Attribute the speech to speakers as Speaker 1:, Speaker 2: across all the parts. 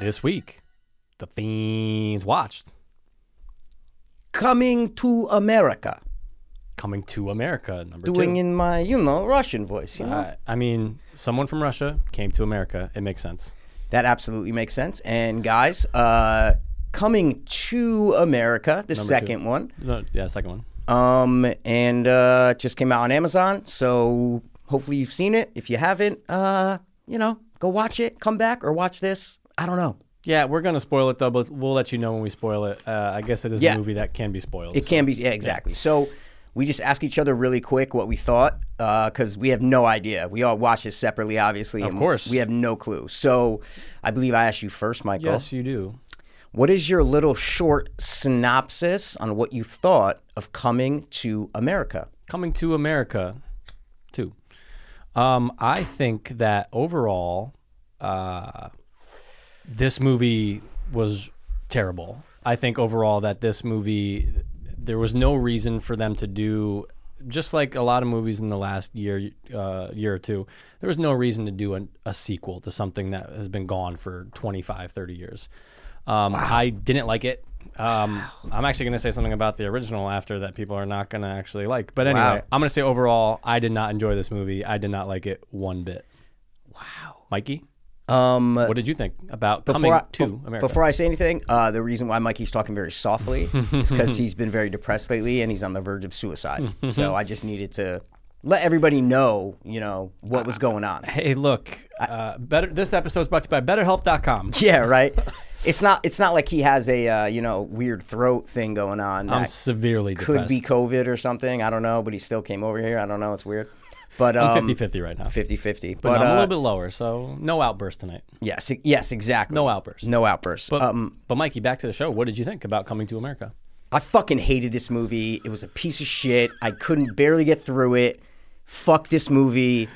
Speaker 1: This week, the Fiends watched
Speaker 2: Coming to America.
Speaker 1: Coming to America, number
Speaker 2: Doing
Speaker 1: two.
Speaker 2: in my, you know, Russian voice. You know?
Speaker 1: I, I mean, someone from Russia came to America. It makes sense.
Speaker 2: That absolutely makes sense. And guys, uh, Coming to America, the second one.
Speaker 1: No, yeah, second one.
Speaker 2: Um, and uh, it just came out on Amazon. So hopefully you've seen it. If you haven't, uh, you know, go watch it, come back, or watch this. I don't know.
Speaker 1: Yeah, we're gonna spoil it though, but we'll let you know when we spoil it. Uh, I guess it is
Speaker 2: Yeah.
Speaker 1: a movie that can be spoiled.
Speaker 2: It can be, yeah, exactly. So we just ask each other really quick what we thought because we have no idea. We all watch this separately, obviously. Of
Speaker 1: course.
Speaker 2: we have no clue. So I believe I asked you first, Michael.
Speaker 1: yes, you do.
Speaker 2: What is your little short synopsis on what you thought of coming to America?
Speaker 1: Coming to America, two. Um, I think that overall, uh, this movie was terrible. I think overall that this movie, there was no reason for them to do, just like a lot of movies in the last year, uh, year or two, there was no reason to do an, a sequel to something that has been gone for 25, 30 years. Um, I didn't like it. Um, I'm actually going to say something about the original after that people are not going to actually like. But anyway, I'm going to say overall, I did not enjoy this movie. I did not like it one bit. Wow. Mikey?
Speaker 2: Um,
Speaker 1: What did you think about coming
Speaker 2: before I,
Speaker 1: to
Speaker 2: bef-
Speaker 1: America?
Speaker 2: before I say anything, uh, the reason why Mikey's talking very softly is because he's been very depressed lately and he's on the verge of suicide. so I just needed to let everybody know, you know, what was going on.
Speaker 1: hey, look, uh, better. This episode is brought to you by BetterHelp.com.
Speaker 2: Yeah, right. It's not. It's not like he has a uh, you know weird throat thing going on.
Speaker 1: I'm
Speaker 2: That
Speaker 1: severely depressed.
Speaker 2: could be COVID or something. I don't know, but he still came over here. I don't know. It's weird. But
Speaker 1: I'm
Speaker 2: um,
Speaker 1: 50-50 right now,
Speaker 2: 50-50. But,
Speaker 1: but I'm a
Speaker 2: uh,
Speaker 1: little bit lower, so no outburst tonight.
Speaker 2: yes, e- yes, exactly.
Speaker 1: No outburst.
Speaker 2: No outbursts.
Speaker 1: But,
Speaker 2: um,
Speaker 1: but Mikey, back to the show. What did you think about coming to America?
Speaker 2: I fucking hated this movie. It was a piece of shit. I couldn't barely get through it. Fuck this movie.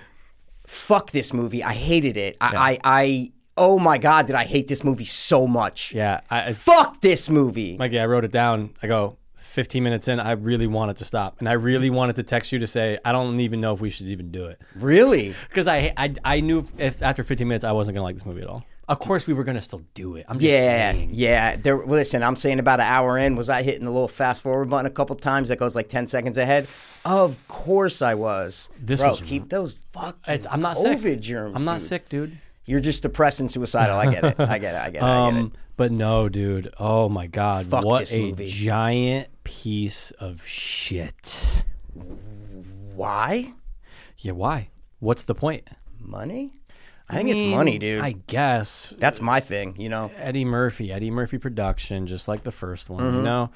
Speaker 2: Fuck this movie. I hated it. I, I, I oh my god, did I hate this movie so much?
Speaker 1: Yeah, I, I-
Speaker 2: Fuck this movie.
Speaker 1: Mikey, I wrote it down. I go 15 minutes in. I really wanted to stop, and I really wanted to text you to say I don't even know if we should even do it
Speaker 2: really?
Speaker 1: because I, I I knew if, after 15 minutes I wasn't gonna like this movie at all. Of course, we were gonna still do it. I'm just
Speaker 2: Yeah,
Speaker 1: saying.
Speaker 2: yeah. There. Listen, I'm saying about an hour in, was I hitting the little fast forward button a couple times that goes like ten seconds ahead? Of course I was.
Speaker 1: This
Speaker 2: Bro,
Speaker 1: was-
Speaker 2: keep those fucking.
Speaker 1: It's, I'm not
Speaker 2: COVID
Speaker 1: sick.
Speaker 2: germs.
Speaker 1: I'm not
Speaker 2: dude.
Speaker 1: sick, dude.
Speaker 2: You're just depressed and suicidal. I get it. I get it. I get it. I get it.
Speaker 1: Um, but no, dude. Oh my god,
Speaker 2: Fuck
Speaker 1: what
Speaker 2: this
Speaker 1: a
Speaker 2: movie.
Speaker 1: giant piece of shit.
Speaker 2: Why?
Speaker 1: Yeah, why? What's the point?
Speaker 2: Money? I think it's money, dude.
Speaker 1: I guess
Speaker 2: That's my thing, you know.
Speaker 1: Eddie Murphy, Eddie Murphy production, just like the first one.
Speaker 2: Mm-hmm.
Speaker 1: You know,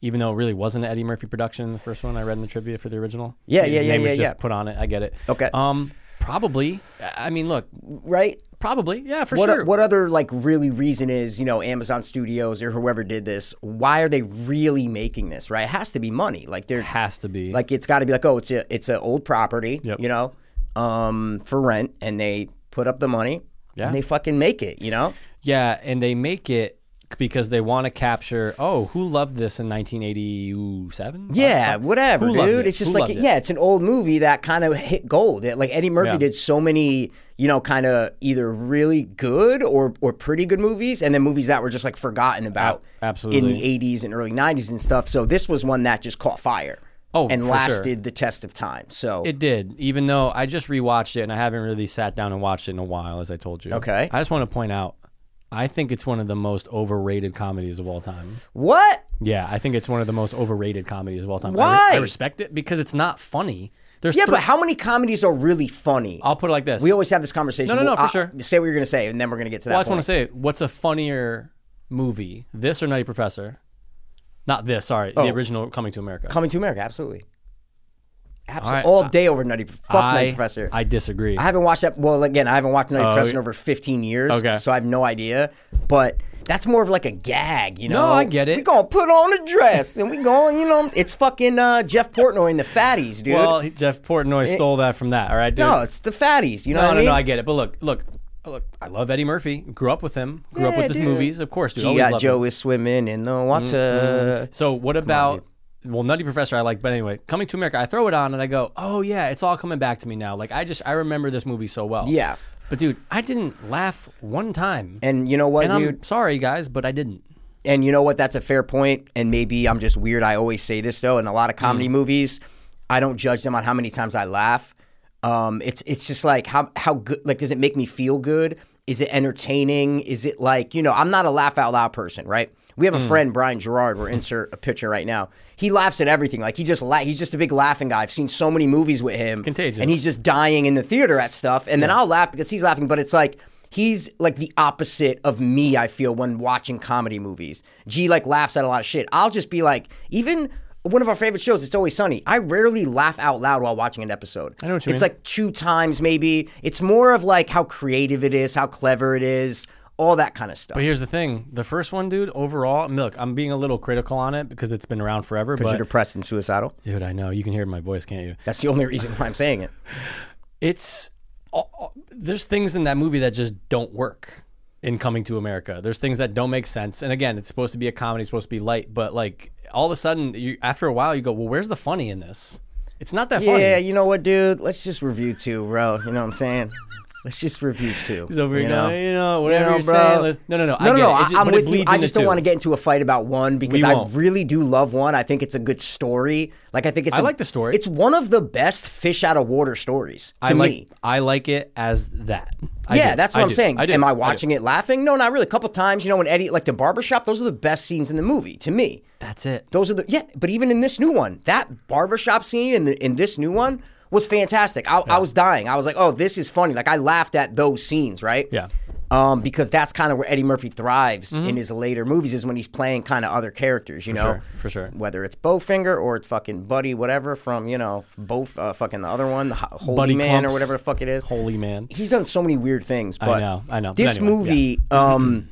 Speaker 1: even though it really wasn't an Eddie Murphy production in the first one, I read in the trivia for the original.
Speaker 2: Yeah,
Speaker 1: His
Speaker 2: yeah, yeah,
Speaker 1: name was
Speaker 2: yeah,
Speaker 1: just
Speaker 2: yeah.
Speaker 1: Put on it. I get it.
Speaker 2: Okay.
Speaker 1: Um, probably. I I mean, look,
Speaker 2: Right?
Speaker 1: probably. Yeah, for
Speaker 2: What
Speaker 1: sure.
Speaker 2: what other like really reason is, you know, Amazon Studios or whoever did this, why are they really making this, right? It has to be money. Like they're
Speaker 1: has to be
Speaker 2: like it's got to be like, oh, it's a it's an old property,
Speaker 1: Yep.
Speaker 2: you know, um for rent and they put up the money
Speaker 1: Yeah.
Speaker 2: and they fucking make it, you know?
Speaker 1: Yeah, and they make it because they want to capture. Oh, who loved this in 1987?
Speaker 2: Yeah, whatever,
Speaker 1: Who loved
Speaker 2: dude.
Speaker 1: it?
Speaker 2: It's just
Speaker 1: Who
Speaker 2: like,
Speaker 1: loved it?
Speaker 2: yeah, it's an old movie that kind of hit gold. It- like Eddie Murphy
Speaker 1: Yeah.
Speaker 2: did so many, you know, kind of either really good or or pretty good movies, and then movies that were just like forgotten about in
Speaker 1: absolutely.
Speaker 2: the '80s and early '90s and stuff. So this was one that just caught fire.
Speaker 1: Oh,
Speaker 2: and
Speaker 1: for sure.
Speaker 2: lasted the test of time. So
Speaker 1: It did, even though I just rewatched it and I haven't really sat down and watched it in a while, as I told you.
Speaker 2: Okay.
Speaker 1: I just want to point out, I think it's one of the most overrated comedies of all time.
Speaker 2: what?
Speaker 1: Yeah, I think it's one of the most overrated comedies of all time. I
Speaker 2: Why?
Speaker 1: I respect it because it's not funny. There's
Speaker 2: Yeah,
Speaker 1: three-
Speaker 2: but how many comedies are really funny?
Speaker 1: I'll put it like this.
Speaker 2: we always have this conversation.
Speaker 1: No, no, no,
Speaker 2: Well,
Speaker 1: for
Speaker 2: I-
Speaker 1: sure.
Speaker 2: Say what you're gonna say, and then we're gonna get to that.
Speaker 1: I just
Speaker 2: point.
Speaker 1: want to say, what's a funnier movie, this or Nutty Professor? Not this, sorry,
Speaker 2: Oh.
Speaker 1: the original Coming to America.
Speaker 2: Coming to America, absolutely, absolutely,
Speaker 1: right,
Speaker 2: all day over Nutty. Fuck Nutty Professor.
Speaker 1: I disagree.
Speaker 2: I haven't watched that. Well, again, I haven't watched Nutty Professor in
Speaker 1: yeah.
Speaker 2: over 15 years,
Speaker 1: Okay.
Speaker 2: so I have no idea. But that's more of like a gag, you know?
Speaker 1: No, I get it.
Speaker 2: We gonna put on a dress, then we going, you know? what I'm- It's fucking uh, Jeff Portnoy and the Fatties, dude.
Speaker 1: well, he- Jeff Portnoy stole that from that. All right, dude.
Speaker 2: no, it's the Fatties. You know
Speaker 1: no,
Speaker 2: what I
Speaker 1: no,
Speaker 2: mean?
Speaker 1: no, I get it. But look, look, look. I love Eddie Murphy. Grew up with him. Grew up
Speaker 2: Yeah,
Speaker 1: with his
Speaker 2: dude.
Speaker 1: movies, of course. Dude, always
Speaker 2: G.I.
Speaker 1: loved
Speaker 2: Joe
Speaker 1: him. Mm-hmm.
Speaker 2: is swimming in the water.
Speaker 1: So what about? well, Nutty Professor I like, but anyway, Coming to America, I throw it on and I go, oh yeah, it's all coming back to me now. Like I just I remember this movie so well.
Speaker 2: Yeah.
Speaker 1: But dude, I didn't laugh one time.
Speaker 2: And you know what,
Speaker 1: And I'm
Speaker 2: dude?
Speaker 1: sorry, guys, but I didn't.
Speaker 2: And you know what? That's a fair point. And maybe I'm just weird. I always say this though. In a lot of comedy movies, I don't judge them on how many times I laugh. Um, it's it's just like how how good. Like, does it make me feel good? Is it entertaining? Is it like you know? I'm not a laugh out loud person, right? We have a friend, Brian Gerard. We're insert a picture right now. He laughs at everything. Like he just la- he's just a big laughing guy. I've seen so many movies with him.
Speaker 1: contagious.
Speaker 2: And he's just dying in the theater at stuff. And then I'll laugh because he's laughing. But it's like he's like the opposite of me, I feel, when watching comedy movies. G like laughs at a lot of shit. I'll just be like, even one of our favorite shows, It's Always Sunny. I rarely laugh out loud while watching an episode. I
Speaker 1: know what you
Speaker 2: It's
Speaker 1: mean.
Speaker 2: like two times maybe. It's more of like how creative it is, how clever it is, all that kind of stuff.
Speaker 1: But here's the thing: the first one, dude. Overall, and look, I'm being a little critical on it because it's been around forever.
Speaker 2: Because
Speaker 1: But
Speaker 2: you're depressed and suicidal.
Speaker 1: dude, I know you can hear my voice, can't you?
Speaker 2: That's the only reason why I'm saying it.
Speaker 1: It's all- all- there's things in that movie that just don't work in Coming to America. There's things that don't make sense. And again, it's supposed to be a comedy, it's supposed to be light, but like all of a sudden, you after a while, you go, "Well, where's the funny in this?" It's not that funny.
Speaker 2: Yeah, you know what, dude? Let's just review two, bro. You know what I'm saying? Let's just review two.
Speaker 1: He's over here
Speaker 2: you
Speaker 1: going, "You know, whatever you're saying, let's-" No, no, no, I
Speaker 2: no,
Speaker 1: get
Speaker 2: no.
Speaker 1: it. It's just
Speaker 2: I, am
Speaker 1: when it
Speaker 2: with you.
Speaker 1: bleeds
Speaker 2: I
Speaker 1: into
Speaker 2: just don't
Speaker 1: two.
Speaker 2: want to get into a fight about one because
Speaker 1: We
Speaker 2: I
Speaker 1: won't.
Speaker 2: really do love one. I think it's a good story. Like I think it's.
Speaker 1: I
Speaker 2: a-
Speaker 1: like the story.
Speaker 2: It's one of the best fish out of water stories to
Speaker 1: I like
Speaker 2: me.
Speaker 1: I like it as that. I
Speaker 2: Yeah,
Speaker 1: do.
Speaker 2: that's what
Speaker 1: I
Speaker 2: am
Speaker 1: do.
Speaker 2: saying.
Speaker 1: do.
Speaker 2: Am I
Speaker 1: do.
Speaker 2: watching it laughing? No, not really. A couple times, you know, when Eddie, like the barbershop, those are the best scenes in the movie to me.
Speaker 1: That's it.
Speaker 2: Those are the yeah, but even in this new one, that barbershop scene in the, in this new one was fantastic. I, I was dying. I was like, oh, this is funny. Like I laughed at those scenes, right?
Speaker 1: Yeah.
Speaker 2: Um, because that's kind of where Eddie Murphy thrives in his later movies is when he's playing kind of other characters, you know,
Speaker 1: sure, for sure.
Speaker 2: Whether it's Bowfinger or it's fucking Buddy, whatever from you know both uh, fucking the other one, the Ho- Holy
Speaker 1: Buddy
Speaker 2: Man or
Speaker 1: Clumps.
Speaker 2: whatever the fuck it is
Speaker 1: Holy man.
Speaker 2: he's done so many weird things. But
Speaker 1: know, I know. But
Speaker 2: This
Speaker 1: anyway,
Speaker 2: movie, um,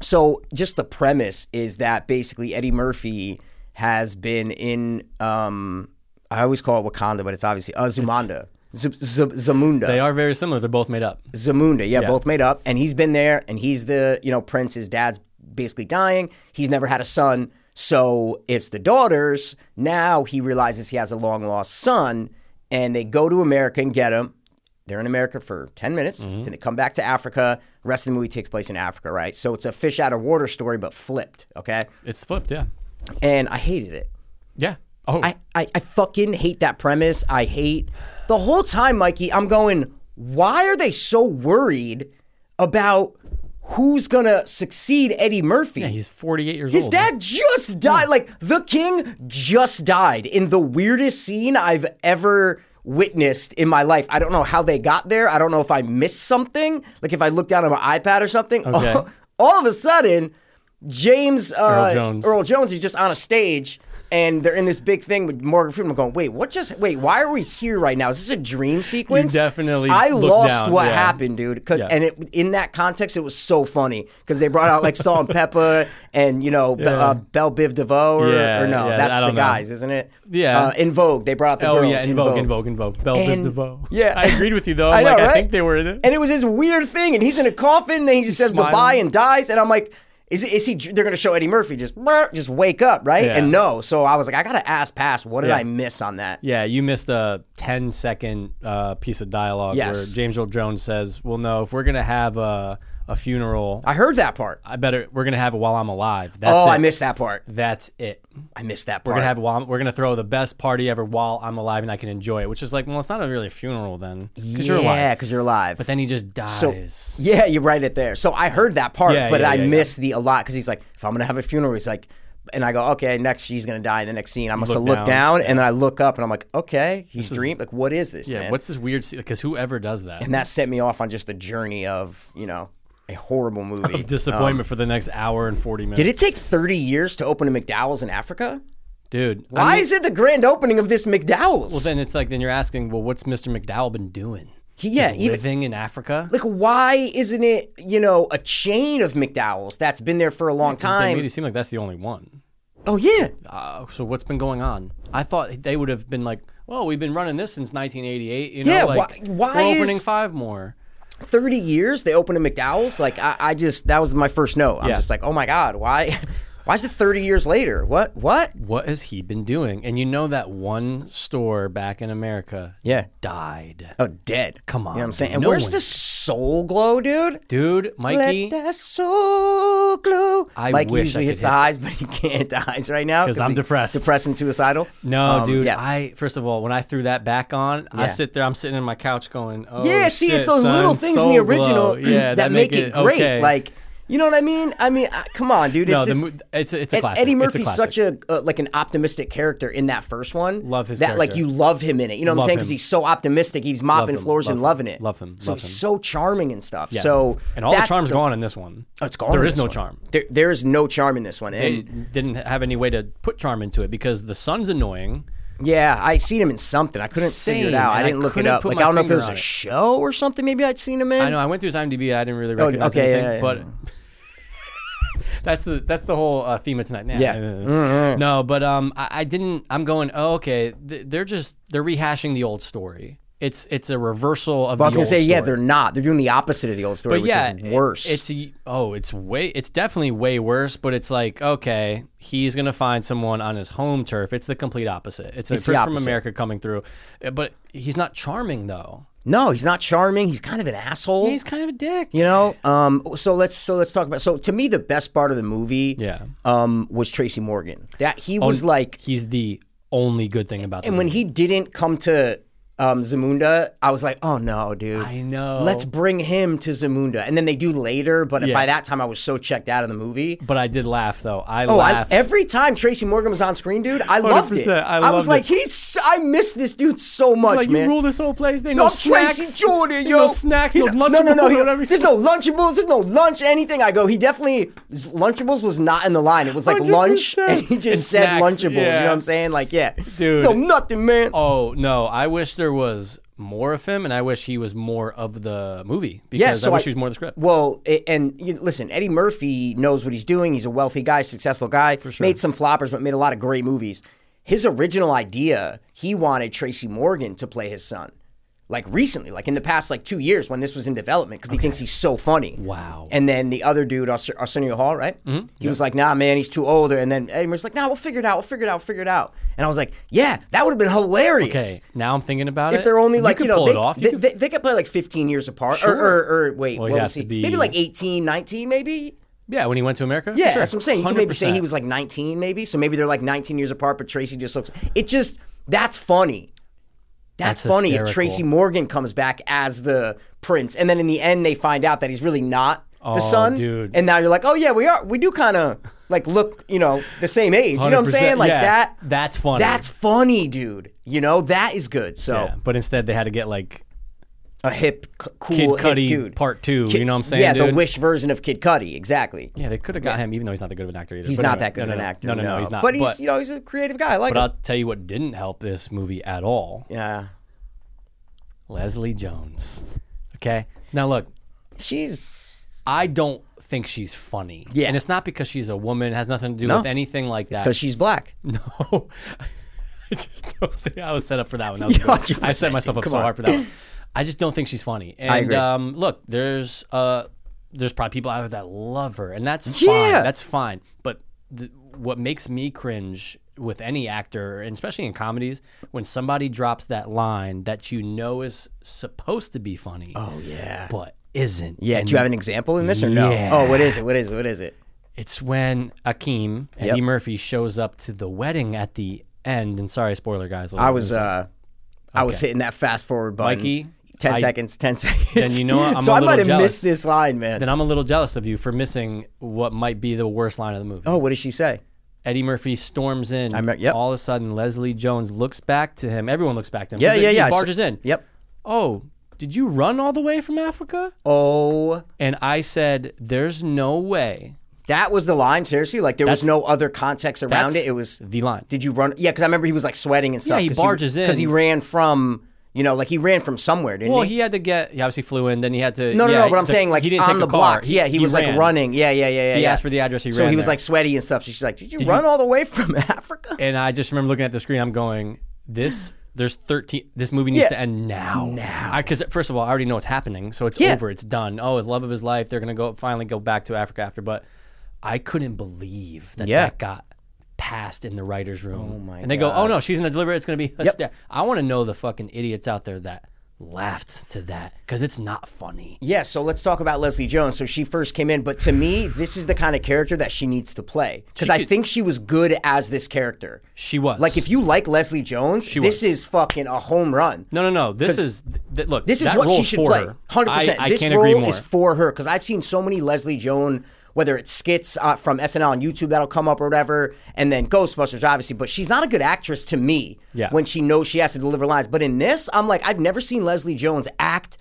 Speaker 2: so just the premise is that basically Eddie Murphy has been in, um, I always call it Wakanda, but it's obviously uh, Zumanda, Z- Z- Zamunda.
Speaker 1: They are very similar. They're both made up.
Speaker 2: Zamunda, yeah, both made up. And he's been there, and he's the, you know, prince. His dad's basically dying. He's never had a son. So it's the daughters. Now he realizes he has a long lost son, and they go to America and get him. They're in America for 10 minutes. Then they come back to Africa. Rest of the movie takes place in Africa, right? So it's a fish out of water story, but flipped, okay?
Speaker 1: It's flipped, yeah.
Speaker 2: And I hated it.
Speaker 1: Yeah. Oh,
Speaker 2: I, I, I fucking hate that premise. I hate the whole time, Mikey. I'm going, why are they so worried about who's gonna succeed Eddie Murphy?
Speaker 1: he's 48 years
Speaker 2: His
Speaker 1: old. Hmm.
Speaker 2: dad just died. Like the king just died in the weirdest scene I've ever witnessed in my life. I don't know how they got there. I don't know if I missed something. Like if I looked down at my iPad or something.
Speaker 1: Okay.
Speaker 2: All, of a sudden, James uh,
Speaker 1: Earl Jones.
Speaker 2: Earl Jones is just on a stage. And they're in this big thing with Morgan Freeman going, wait, what just, wait, why are we here right now? Is this a dream sequence?
Speaker 1: definitely
Speaker 2: I
Speaker 1: looked
Speaker 2: lost
Speaker 1: down,
Speaker 2: what
Speaker 1: yeah.
Speaker 2: happened happened, dude. 'Cause-
Speaker 1: Yeah.
Speaker 2: and it, in that context, it was so funny because they brought out like Salt and Pepper and you know Be- uh, Belle Biv DeVoe or,
Speaker 1: Yeah,
Speaker 2: or no,
Speaker 1: yeah, I
Speaker 2: that's the
Speaker 1: don't know.
Speaker 2: guys, isn't it?
Speaker 1: Yeah.
Speaker 2: uh, in Vogue they brought out the
Speaker 1: oh,
Speaker 2: girls.
Speaker 1: yeah. In Vogue, in Vogue, in Vogue. Belle Biv
Speaker 2: And-
Speaker 1: DeVoe.
Speaker 2: yeah.
Speaker 1: I agreed with you, though.
Speaker 2: I
Speaker 1: I'm
Speaker 2: know,
Speaker 1: like, I
Speaker 2: right?
Speaker 1: think they were in it.
Speaker 2: And it was this weird thing, and he's in a coffin, and then he just says
Speaker 1: smiling.
Speaker 2: goodbye and dies, and I'm like. Is, is he? They're gonna show Eddie Murphy just "Brr," just wake up, right?
Speaker 1: Yeah.
Speaker 2: And no, so I was like, I gotta ask past. What did
Speaker 1: Yeah.
Speaker 2: I miss on that?
Speaker 1: yeah, you missed a 10 second uh, piece of dialogue where
Speaker 2: Yes.
Speaker 1: James Earl Jones says, Well, no, if we're going to have a, a funeral, I,
Speaker 2: I heard that part.
Speaker 1: better, we're going to have it while I'm alive. That's
Speaker 2: oh,
Speaker 1: it.
Speaker 2: I missed that part.
Speaker 1: That's it.
Speaker 2: I missed that
Speaker 1: We're
Speaker 2: part.
Speaker 1: gonna have it while I'm- we're gonna throw the best party ever while I'm alive and I can enjoy it, which is like, well, it's not really a funeral then, because you're
Speaker 2: yeah,
Speaker 1: alive.
Speaker 2: because you're alive.
Speaker 1: But then he just dies.
Speaker 2: Yeah, you write it there. So I heard that part,
Speaker 1: Yeah,
Speaker 2: but
Speaker 1: yeah,
Speaker 2: I
Speaker 1: yeah, yeah.
Speaker 2: missed the a lot because he's like, if I'm gonna have a funeral, he's like, and I go, okay, next she's gonna die in the next scene. I must
Speaker 1: look
Speaker 2: have looked down,
Speaker 1: down.
Speaker 2: and then I look up, and I'm like, okay, he's dreamed. Like, what is this?
Speaker 1: yeah,
Speaker 2: man?
Speaker 1: what's this weird? Because whoever does that,
Speaker 2: And that set me off on just the journey of you know a
Speaker 1: Oh,
Speaker 2: horrible movie.
Speaker 1: disappointment for the next hour and 40 minutes.
Speaker 2: Did it take 30 years to open a McDowell's in Africa?
Speaker 1: Dude, I
Speaker 2: Why
Speaker 1: mean,
Speaker 2: is it the grand opening of this McDowell's? Well,
Speaker 1: then it's like, then you're asking, well, what's Mr. McDowell been doing?
Speaker 2: he, yeah,
Speaker 1: Just
Speaker 2: even,
Speaker 1: living in Africa?
Speaker 2: like why isn't it you know a chain of McDowell's that's been there for a long
Speaker 1: They made
Speaker 2: time?
Speaker 1: it seem like that's the only one.
Speaker 2: Oh yeah,
Speaker 1: Uh, so what's been going on? I thought they would have been like, well, we've been running this since 1988. You know,
Speaker 2: Yeah,
Speaker 1: like,
Speaker 2: why- why
Speaker 1: we're opening
Speaker 2: is-
Speaker 1: five more.
Speaker 2: 30 years they opened a McDowell's. Like I, I just that was my first note. I'm
Speaker 1: Yeah.
Speaker 2: just like, oh my god, why? Why is it 30 years later? What? What?
Speaker 1: What has he been doing? And you know that one store back in America
Speaker 2: Yeah.
Speaker 1: died.
Speaker 2: Oh, dead.
Speaker 1: Come on.
Speaker 2: You know what I'm saying? And
Speaker 1: No
Speaker 2: where's
Speaker 1: one-
Speaker 2: the soul glow, dude?
Speaker 1: Dude, Mikey,
Speaker 2: Let that soul glow.
Speaker 1: I
Speaker 2: Mikey
Speaker 1: wish I
Speaker 2: usually
Speaker 1: could
Speaker 2: hits the
Speaker 1: hit-
Speaker 2: highs, but he can't the highs right now
Speaker 1: 'Cause I'm
Speaker 2: he-
Speaker 1: depressed.
Speaker 2: depressed and suicidal.
Speaker 1: No,
Speaker 2: Um,
Speaker 1: dude.
Speaker 2: Yeah.
Speaker 1: I first of all, when I threw that back on, I
Speaker 2: Yeah.
Speaker 1: sit there. I'm sitting in my couch going, "Oh,
Speaker 2: yeah, see, it's
Speaker 1: shit,
Speaker 2: those
Speaker 1: son,
Speaker 2: little things in the
Speaker 1: Soul Glow.
Speaker 2: original
Speaker 1: yeah,
Speaker 2: that, make, it, great.
Speaker 1: okay.
Speaker 2: Like, you know what I mean? I mean, uh, come on, dude. It's
Speaker 1: no, the
Speaker 2: just,
Speaker 1: mo- it's a- it's a
Speaker 2: Ed-
Speaker 1: classic.
Speaker 2: Eddie
Speaker 1: It's a
Speaker 2: Murphy's
Speaker 1: classic.
Speaker 2: such a uh, like an optimistic character in that first one.
Speaker 1: Love his
Speaker 2: that like
Speaker 1: character.
Speaker 2: you love him in it. You know what
Speaker 1: Love
Speaker 2: I'm saying?
Speaker 1: him.
Speaker 2: Because he's so optimistic. He's mopping
Speaker 1: him,
Speaker 2: floors
Speaker 1: love
Speaker 2: and
Speaker 1: him,
Speaker 2: loving it.
Speaker 1: love him,
Speaker 2: So
Speaker 1: love
Speaker 2: he's
Speaker 1: him.
Speaker 2: so charming and stuff. So
Speaker 1: and all the
Speaker 2: that's
Speaker 1: charm's gone in this one.
Speaker 2: Oh, it's gone.
Speaker 1: There
Speaker 2: in
Speaker 1: is
Speaker 2: this
Speaker 1: no
Speaker 2: one.
Speaker 1: charm.
Speaker 2: There, there is no charm in this one.
Speaker 1: They
Speaker 2: And
Speaker 1: didn't have any way to put charm into it because the sun's annoying.
Speaker 2: yeah, I seen him in something. I couldn't figure
Speaker 1: Same,
Speaker 2: it out. I
Speaker 1: and I
Speaker 2: didn't look it
Speaker 1: couldn't
Speaker 2: up.
Speaker 1: put
Speaker 2: Like
Speaker 1: my
Speaker 2: I don't know if it
Speaker 1: finger
Speaker 2: was
Speaker 1: on
Speaker 2: a
Speaker 1: it.
Speaker 2: show or something. Maybe I'd seen him in.
Speaker 1: I know I went through his IMDb. I didn't really recognize
Speaker 2: Oh, okay,
Speaker 1: anything,
Speaker 2: yeah, yeah,
Speaker 1: but that's the that's the whole uh, theme of tonight. Nah,
Speaker 2: Yeah. Mm-hmm.
Speaker 1: nah, nah, nah. No, but um, I, I didn't. I'm going. Oh, okay. Th- they're just they're rehashing the old story. It's it's a reversal of.
Speaker 2: I was
Speaker 1: the
Speaker 2: gonna
Speaker 1: old
Speaker 2: say,
Speaker 1: story.
Speaker 2: yeah, they're not. They're doing the opposite of the old story,
Speaker 1: But
Speaker 2: which
Speaker 1: yeah,
Speaker 2: is
Speaker 1: it-
Speaker 2: worse.
Speaker 1: It's a- oh, it's way. It's definitely way worse. But it's like okay, he's gonna find someone on his home turf. It's the complete opposite. It's a
Speaker 2: the
Speaker 1: person from
Speaker 2: opposite.
Speaker 1: America coming through, Uh, but he's not charming though.
Speaker 2: no, he's not charming. He's kind of an asshole.
Speaker 1: He's kind of a dick.
Speaker 2: You know, um, so let's so let's talk about. So to me, the best part of the movie,
Speaker 1: Yeah. Oh,
Speaker 2: um, was Tracy Morgan. That he was like,
Speaker 1: He's the only good thing about. this
Speaker 2: and when
Speaker 1: movie.
Speaker 2: he didn't come to um, Zamunda, I was like, oh no, dude,
Speaker 1: I know.
Speaker 2: Let's bring him to Zamunda, and then they do later. But
Speaker 1: Yeah.
Speaker 2: by that time, I was so checked out of the movie.
Speaker 1: But I did laugh though. I
Speaker 2: Oh, I,
Speaker 1: laughed.
Speaker 2: every time Tracy Morgan was on screen, dude, I loved it.
Speaker 1: 100%, I loved
Speaker 2: was like,
Speaker 1: it.
Speaker 2: he's. I miss this dude so much,
Speaker 1: like
Speaker 2: man.
Speaker 1: you rule this whole place. They know
Speaker 2: I'm
Speaker 1: snacks.
Speaker 2: Tracy Jordan,
Speaker 1: They
Speaker 2: yo.
Speaker 1: know snacks.
Speaker 2: He-
Speaker 1: No lunchables.
Speaker 2: No, no, no.
Speaker 1: or
Speaker 2: he-
Speaker 1: whatever.
Speaker 2: there's no lunchables. There's no lunch. Anything. I go. He definitely lunchables was not in the line. It was like lunch,
Speaker 1: 100%.
Speaker 2: and he just
Speaker 1: And
Speaker 2: said
Speaker 1: snacks,
Speaker 2: lunchables. You
Speaker 1: yeah.
Speaker 2: know what I'm saying? Like, yeah,
Speaker 1: Dude.
Speaker 2: No, nothing, man.
Speaker 1: Oh no! I wish there was more of him, and I wish he was more of the movie because
Speaker 2: Yeah, so
Speaker 1: I wish
Speaker 2: I-
Speaker 1: he was more of the script.
Speaker 2: Well, it, and you, listen, Eddie Murphy knows what he's doing. He's a wealthy guy, successful guy. Made some floppers, but made a lot of great movies. His original idea, he wanted Tracy Morgan to play his son. Like recently, like in the past, like two years when this was in development, because he thinks he's so funny.
Speaker 1: Wow.
Speaker 2: And then the other dude, Ars- Arsenio Hall, right? Mm-hmm. He was like, "Nah, man, he's too older." And then Eddie Murphy's like, "Nah, we'll figure it out. We'll figure it out. Figure it out." And I was like, "Yeah, that would have been hilarious."
Speaker 1: Okay, now I'm thinking about it.
Speaker 2: If they're only like,
Speaker 1: could
Speaker 2: you, know,
Speaker 1: pull
Speaker 2: they,
Speaker 1: it off. You
Speaker 2: They,
Speaker 1: could-
Speaker 2: they, they could play like 15 years apart. Or, or, or wait,
Speaker 1: it'd
Speaker 2: what
Speaker 1: have
Speaker 2: was
Speaker 1: to
Speaker 2: he?
Speaker 1: be-
Speaker 2: Maybe like 18, 19, maybe?
Speaker 1: yeah, when he went to America.
Speaker 2: Yeah,
Speaker 1: Sure.
Speaker 2: that's what I'm saying. You can maybe say he
Speaker 1: 100%.
Speaker 2: was like 19, maybe. So maybe they're like 19 years apart, but Tracy just looks. It just, that's funny. That's,
Speaker 1: That's
Speaker 2: funny if
Speaker 1: hysterical.
Speaker 2: Tracy Morgan comes back as the prince. And then in the end, they find out that he's really not the son.
Speaker 1: Oh, dude.
Speaker 2: And now you're like, oh, yeah, we are. We do kind of like look, you know, the same age. You know what I'm
Speaker 1: 100%,
Speaker 2: saying? Like
Speaker 1: yeah.
Speaker 2: that.
Speaker 1: That's funny.
Speaker 2: That's funny, dude. You know, that is good. So
Speaker 1: Yeah, but instead they had to get like
Speaker 2: a hip, c- cool
Speaker 1: Kid
Speaker 2: hip
Speaker 1: Cudi
Speaker 2: dude.
Speaker 1: Part Two.
Speaker 2: Ki-
Speaker 1: you know what I'm saying?
Speaker 2: Yeah, the
Speaker 1: dude?
Speaker 2: Wish version of Kid Cudi, exactly.
Speaker 1: Yeah, they could have got him, even though he's not that good of an actor either.
Speaker 2: He's
Speaker 1: But
Speaker 2: not
Speaker 1: anyway,
Speaker 2: that good
Speaker 1: no,
Speaker 2: of an
Speaker 1: no, no.
Speaker 2: actor.
Speaker 1: No, no, no, he's not.
Speaker 2: But he's you know he's a creative guy. I like
Speaker 1: but
Speaker 2: him.
Speaker 1: I'll tell you what didn't help this movie at all.
Speaker 2: Yeah,
Speaker 1: Leslie Jones. Okay, now look,
Speaker 2: she's
Speaker 1: I don't think she's funny.
Speaker 2: Yeah.
Speaker 1: And it's not because she's a woman, it has nothing to do with anything like that.
Speaker 2: because she's black.
Speaker 1: no. Oh, I just don't think I was set up for that one. That was
Speaker 2: Yeah,
Speaker 1: good. I
Speaker 2: 100%,
Speaker 1: set myself up
Speaker 2: dude,
Speaker 1: so
Speaker 2: come on.
Speaker 1: hard for that one. I just don't think she's funny. And
Speaker 2: agree.
Speaker 1: um look, there's uh there's probably people out there that love her and that's
Speaker 2: Yeah.
Speaker 1: fine. That's fine. But th- what makes me cringe with any actor, and especially in comedies, when somebody drops that line that you know is supposed to be funny, oh
Speaker 2: yeah.
Speaker 1: but isn't.
Speaker 2: Yeah.
Speaker 1: And
Speaker 2: Do you have an example in this or no?
Speaker 1: Yeah.
Speaker 2: Oh, what is it? What is it? What is it?
Speaker 1: It's when Akeem Eddie
Speaker 2: Yep.
Speaker 1: Murphy shows up to the wedding at the end. And sorry, spoiler guys.
Speaker 2: I was uh, I was hitting that fast forward button.
Speaker 1: Mikey,
Speaker 2: ten
Speaker 1: I-
Speaker 2: seconds. Ten seconds. Then
Speaker 1: you know what? I'm
Speaker 2: so
Speaker 1: a
Speaker 2: I
Speaker 1: little
Speaker 2: might have
Speaker 1: jealous.
Speaker 2: missed this line, man.
Speaker 1: Then I'm a little jealous of you for missing what might be the worst line of the movie.
Speaker 2: oh, what did she say?
Speaker 1: Eddie Murphy storms in.
Speaker 2: me- yep.
Speaker 1: All of a sudden, Leslie Jones looks back to him. Everyone looks back to him.
Speaker 2: Yeah,
Speaker 1: 'Cause
Speaker 2: yeah,
Speaker 1: he
Speaker 2: yeah. I s-
Speaker 1: Barges in.
Speaker 2: Yep.
Speaker 1: Oh, did you run all the way from Africa?
Speaker 2: Oh,
Speaker 1: And I said, "There's no way."
Speaker 2: that was the line. Seriously, like there was
Speaker 1: That's-
Speaker 2: no other context around
Speaker 1: That's
Speaker 2: it. It was
Speaker 1: the line.
Speaker 2: Did you run? Yeah, because I remember he was like sweating and stuff.
Speaker 1: he barges in.
Speaker 2: because he ran from you know like he ran from somewhere, didn't
Speaker 1: Well,
Speaker 2: he?
Speaker 1: he had to get. He obviously flew in. Then he had to.
Speaker 2: No, no,
Speaker 1: yeah,
Speaker 2: no. But I'm
Speaker 1: to-
Speaker 2: saying like
Speaker 1: he didn't
Speaker 2: on
Speaker 1: take
Speaker 2: the
Speaker 1: a car.
Speaker 2: blocks. yeah, he, was like
Speaker 1: ran.
Speaker 2: running. Yeah, yeah, yeah, yeah.
Speaker 1: He
Speaker 2: yeah.
Speaker 1: asked for the address. He
Speaker 2: so
Speaker 1: ran
Speaker 2: he was
Speaker 1: there.
Speaker 2: like sweaty and stuff. So she's like, "Did you run all the way from Africa?"
Speaker 1: and I just remember looking at the screen. I'm going, this. There's 13. This movie needs
Speaker 2: Yeah.
Speaker 1: to end now. Now, because first of all, I already know it's happening, so it's
Speaker 2: Yeah.
Speaker 1: over. It's done. Oh, the love of his life. They're gonna go finally go back to Africa after, but I couldn't believe that
Speaker 2: Yeah.
Speaker 1: that got passed in the writers' room. Oh
Speaker 2: my
Speaker 1: and they go, "Oh no, she's gonna deliver. it. It's gonna be hyster-" I want to know the fucking idiots out there that laughed to that because it's not funny.
Speaker 2: Yeah, so let's talk about Leslie Jones. So she first came in, but to me, this is the kind of character that she needs to play because
Speaker 1: She
Speaker 2: I
Speaker 1: could-
Speaker 2: think she was good as this character.
Speaker 1: She was
Speaker 2: Like if you like Leslie Jones, this is fucking a home run.
Speaker 1: No, no, no. This is th- look.
Speaker 2: This is
Speaker 1: that
Speaker 2: what she
Speaker 1: role's
Speaker 2: should
Speaker 1: for
Speaker 2: play.
Speaker 1: her.
Speaker 2: Hundred percent.
Speaker 1: I, I
Speaker 2: This
Speaker 1: can't
Speaker 2: role
Speaker 1: agree more.
Speaker 2: is for her because I've seen so many Leslie Jones, whether it's skits uh, from SNL on YouTube that'll come up or whatever, and then Ghostbusters, obviously. But she's not a good actress to me.
Speaker 1: Yeah.
Speaker 2: When she knows she has to deliver lines, but in this, I'm like, I've never seen Leslie Jones act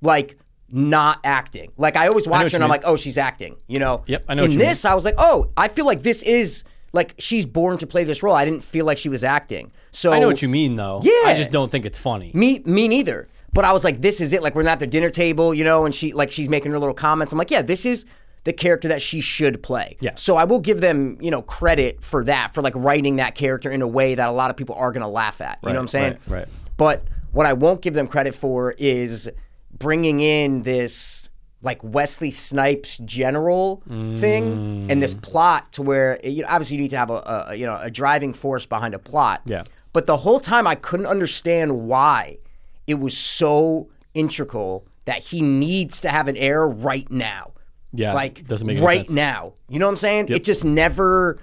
Speaker 2: like not acting. Like I always watch
Speaker 1: what
Speaker 2: her
Speaker 1: you
Speaker 2: and I'm
Speaker 1: mean.
Speaker 2: like, oh, she's acting. You know.
Speaker 1: Yep, I know
Speaker 2: In
Speaker 1: what you mean.
Speaker 2: this, I was like, oh, I feel like this is like she's born to play this role. I didn't feel like she was acting. So
Speaker 1: I know what you mean, though.
Speaker 2: Oh, Yeah.
Speaker 1: I just don't think it's funny.
Speaker 2: me, me neither. But I was like, this is it. Like we're not at the dinner table, you know. And she, like, she's making her little comments. I'm like, yeah, this is the character that she should play.
Speaker 1: Yeah.
Speaker 2: So I will give them, you know, credit for that, for like writing that character in a way that a lot of people are gonna laugh at. You know what I'm saying?
Speaker 1: right, right.
Speaker 2: But what I won't give them credit for is bringing in this like Wesley Snipes general thing and
Speaker 1: Mm.
Speaker 2: this plot to where you know, obviously you need to have a, a you know a driving force behind a plot.
Speaker 1: Yeah.
Speaker 2: But the whole time I couldn't understand why it was so integral that he needs to have an heir right now.
Speaker 1: Yeah,
Speaker 2: Like
Speaker 1: doesn't make any
Speaker 2: right
Speaker 1: sense.
Speaker 2: now. You know what I'm saying? It just never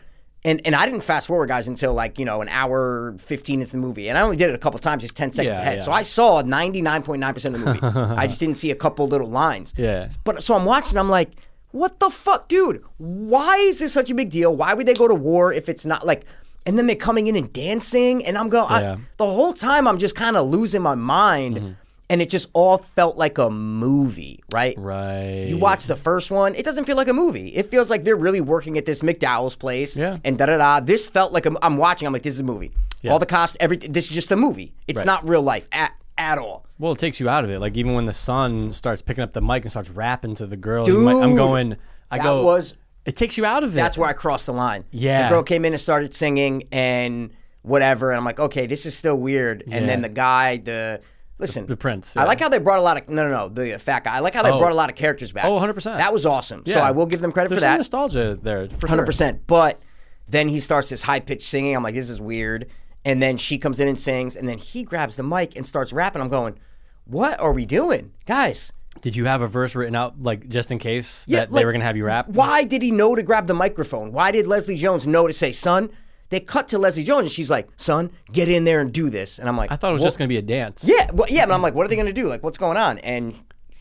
Speaker 2: and, and I didn't fast forward guys until like, you know, an hour fifteen into the movie. And I only did it a couple times, just ten seconds
Speaker 1: Yeah,
Speaker 2: ahead.
Speaker 1: yeah.
Speaker 2: So I saw ninety nine point nine percent of the movie. I just didn't see a couple little lines.
Speaker 1: Yeah.
Speaker 2: But so I'm watching, I'm like, what the fuck, dude? Why is this such a big deal? Why would they go to war if it's not like and then they're coming in and dancing and I'm going
Speaker 1: Yeah. Mm-hmm.
Speaker 2: I, the whole time I'm just kind of losing my mind and it just all felt like a movie, right?
Speaker 1: Right.
Speaker 2: You watch the first one, it doesn't feel like a movie. It feels like they're really working at this McDowell's place.
Speaker 1: Yeah.
Speaker 2: And da da da. This felt like a, I'm watching. I'm like, this is a movie. All the cost, everything. This is just a movie. It's not real life at at all.
Speaker 1: Well, it takes you out of it. Like even when the son starts picking up the mic and starts rapping to the girl, you might- I'm
Speaker 2: Dude,
Speaker 1: going. I
Speaker 2: that
Speaker 1: go.
Speaker 2: was-
Speaker 1: it takes you out of it.
Speaker 2: That's where I crossed the line.
Speaker 1: Yeah.
Speaker 2: The girl came in and started singing and whatever. And I'm like, okay, this is still weird. And then
Speaker 1: Yeah.
Speaker 2: the guy, the. Listen,
Speaker 1: the prince,
Speaker 2: I
Speaker 1: yeah.
Speaker 2: like how they brought a lot of no, no, no, the fat guy. I like how they brought a lot of characters back.
Speaker 1: Oh, 100%.
Speaker 2: That was awesome. So
Speaker 1: Yeah.
Speaker 2: I will give them credit
Speaker 1: There's
Speaker 2: for that.
Speaker 1: some nostalgia there. For
Speaker 2: hundred
Speaker 1: sure.
Speaker 2: percent. But then he starts this high pitched singing. I'm like, this is weird. And then she comes in and sings, and then he grabs the mic and starts rapping. I'm going, what are we doing, guys?
Speaker 1: Did you have a verse written out, like just in case that
Speaker 2: like,
Speaker 1: they were gonna have you rap?
Speaker 2: Why did he know to grab the microphone? Why did Leslie Jones know to say, son? They cut to Leslie Jones, and she's like, son, get in there and do this. And I'm like,
Speaker 1: I thought it was just gonna be a dance.
Speaker 2: Yeah, well, yeah, but I'm like, what are they gonna do? Like, what's going on? And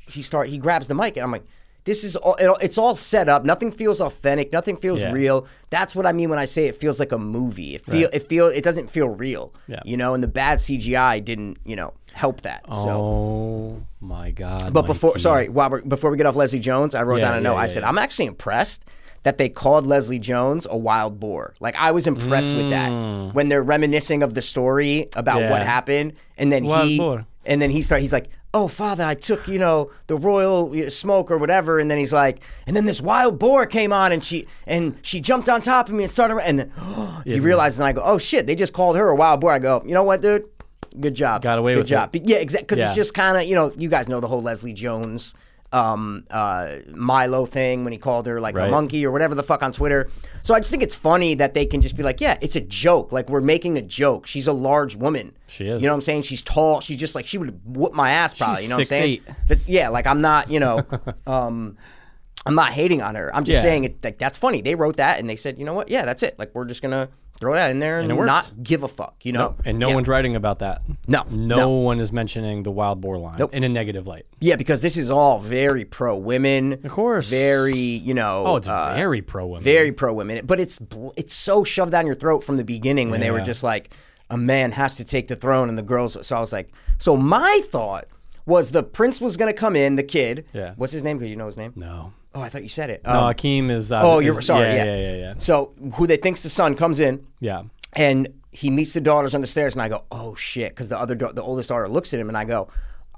Speaker 2: he start he grabs the mic, and I'm like, this is all it, it's all set up. Nothing feels authentic. Nothing feels
Speaker 1: Yeah.
Speaker 2: real. That's what I mean when I say it feels like a movie. It feel it feel it doesn't feel real.
Speaker 1: Yeah.
Speaker 2: you know, and the bad CGI didn't you know help that. So.
Speaker 1: Oh my god.
Speaker 2: But before,
Speaker 1: Mikey.
Speaker 2: sorry, while we're, before we get off Leslie Jones, I wrote
Speaker 1: Yeah,
Speaker 2: down a note.
Speaker 1: yeah,
Speaker 2: I
Speaker 1: yeah,
Speaker 2: said,
Speaker 1: yeah.
Speaker 2: I'm actually impressed that they called Leslie Jones a wild boar. Like, I was impressed with that when they're reminiscing of the story about
Speaker 1: Mm. Yeah.
Speaker 2: what happened. And then
Speaker 1: Wild
Speaker 2: he,
Speaker 1: boar.
Speaker 2: and then he start, he's like, Oh, father, I took, you know, the royal uh, smoke or whatever. And then he's like, and then this wild boar came on and she, and she jumped on top of me and started, and then he realizes, and I go, Oh shit, they just called her a wild boar. I go, You know what, dude? Good job.
Speaker 1: Got away
Speaker 2: Good
Speaker 1: with it.
Speaker 2: job. Yeah, exactly. Because it's
Speaker 1: Yeah.
Speaker 2: just kind of you know you guys know the whole Leslie Jones, um, uh, Milo thing when he called her like a
Speaker 1: Right.
Speaker 2: monkey or whatever the fuck on Twitter. So I just think it's funny that they can just be like, yeah, it's a joke. Like we're making a joke. She's a large woman.
Speaker 1: She is.
Speaker 2: You know what I'm saying? She's tall. She's just like she would whoop my ass probably.
Speaker 1: She's
Speaker 2: you know what I'm saying?
Speaker 1: 6'8".
Speaker 2: That- yeah, like I'm not you know. um, I'm not hating on her. I'm just
Speaker 1: Yeah.
Speaker 2: saying it like that's funny. They wrote that and they said, you know what? Yeah, that's it. Like we're just gonna throw that in there and,
Speaker 1: it worked.
Speaker 2: not give a fuck. You know?
Speaker 1: And no
Speaker 2: Yeah.
Speaker 1: one's writing about that.
Speaker 2: No,
Speaker 1: No,
Speaker 2: no.
Speaker 1: one is mentioning the wild boar line in a negative light.
Speaker 2: Yeah, because this is all very pro women. Of
Speaker 1: course.
Speaker 2: Very, you know.
Speaker 1: Oh, it's
Speaker 2: uh,
Speaker 1: very pro women.
Speaker 2: very pro women. But it's bl- it's so shoved down your throat from the beginning when they were
Speaker 1: Yeah.
Speaker 2: just like, a man has to take the throne, and the girls. So I was like, so my thought was the prince was going to come in, the kid.
Speaker 1: Yeah.
Speaker 2: What's his name? Because you know his name.
Speaker 1: no.
Speaker 2: Oh, I thought you said it.
Speaker 1: No,
Speaker 2: Um,
Speaker 1: Akeem is. Uh,
Speaker 2: oh, you're
Speaker 1: is-
Speaker 2: sorry.
Speaker 1: Yeah, yeah, yeah, yeah.
Speaker 2: So who they thinks the son comes in
Speaker 1: Yeah.
Speaker 2: and he meets the daughters on the stairs and i go oh shit because the other da- the oldest daughter looks at him and i go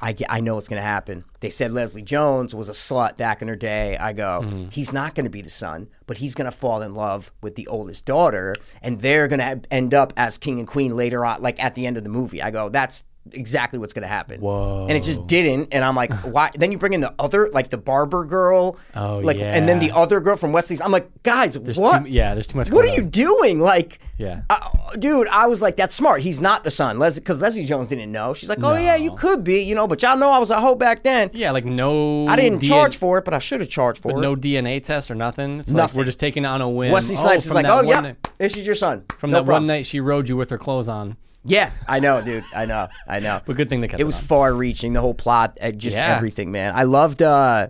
Speaker 2: I, get, I know what's going to happen. They said Leslie Jones was a slut back in her day. I go,
Speaker 1: Mm-hmm.
Speaker 2: he's not going to be the son, but he's going to fall in love with the oldest daughter, and they're going to end up as king and queen later on, like at the end of the movie. I go, that's exactly what's going to happen.
Speaker 1: Whoa.
Speaker 2: And it just didn't. And I'm like, why? Then you bring in the other, like the barber girl.
Speaker 1: Oh,
Speaker 2: like, And then
Speaker 1: yeah.
Speaker 2: the other girl from Wesley's. I'm like, guys,
Speaker 1: There's
Speaker 2: what?
Speaker 1: Too, yeah, there's too much.
Speaker 2: What are
Speaker 1: going
Speaker 2: you
Speaker 1: on.
Speaker 2: doing? Like,
Speaker 1: Yeah.
Speaker 2: uh, dude, I was like, that's smart. He's not the son. Leslie, because Leslie Jones didn't know. She's like, oh, yeah, you could be, you know, but y'all know I was a hoe back then.
Speaker 1: Yeah, like no.
Speaker 2: I didn't
Speaker 1: DNA
Speaker 2: charge for it, but I should have charged for it.
Speaker 1: No DNA test or nothing. It's Like
Speaker 2: Nothing.
Speaker 1: we're just taking on a win.
Speaker 2: Wesley Snipes
Speaker 1: oh,
Speaker 2: is
Speaker 1: from
Speaker 2: like,
Speaker 1: that
Speaker 2: oh,
Speaker 1: one
Speaker 2: yeah,
Speaker 1: night-
Speaker 2: this is your son.
Speaker 1: From
Speaker 2: no
Speaker 1: that
Speaker 2: problem.
Speaker 1: one night she rode you with her clothes on.
Speaker 2: Yeah, I know, dude. I know. I know.
Speaker 1: But good thing they kept
Speaker 2: it
Speaker 1: it
Speaker 2: was
Speaker 1: on.
Speaker 2: far reaching, the whole plot, uh, just
Speaker 1: Yeah.
Speaker 2: everything, man. I loved uh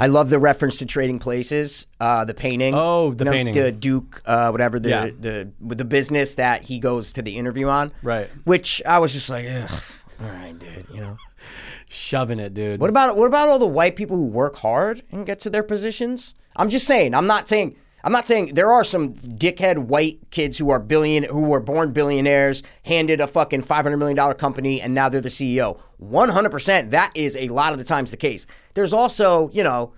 Speaker 2: I love the reference to trading places, uh the painting.
Speaker 1: Oh, the
Speaker 2: You know,
Speaker 1: painting.
Speaker 2: The Duke uh whatever the
Speaker 1: Yeah.
Speaker 2: the with the business that he goes to the interview on.
Speaker 1: Right.
Speaker 2: Which I was just like, Ugh, all right, dude, you know.
Speaker 1: Shoving it, dude.
Speaker 2: What about what about all the white people who work hard and get to their positions? I'm just saying. I'm not saying. I'm not saying there are some dickhead white kids who are billion who were born billionaires, handed a fucking 500 million dollar company, and now they're the E CEO. 100. percent That is a lot of the times the case. There's also you know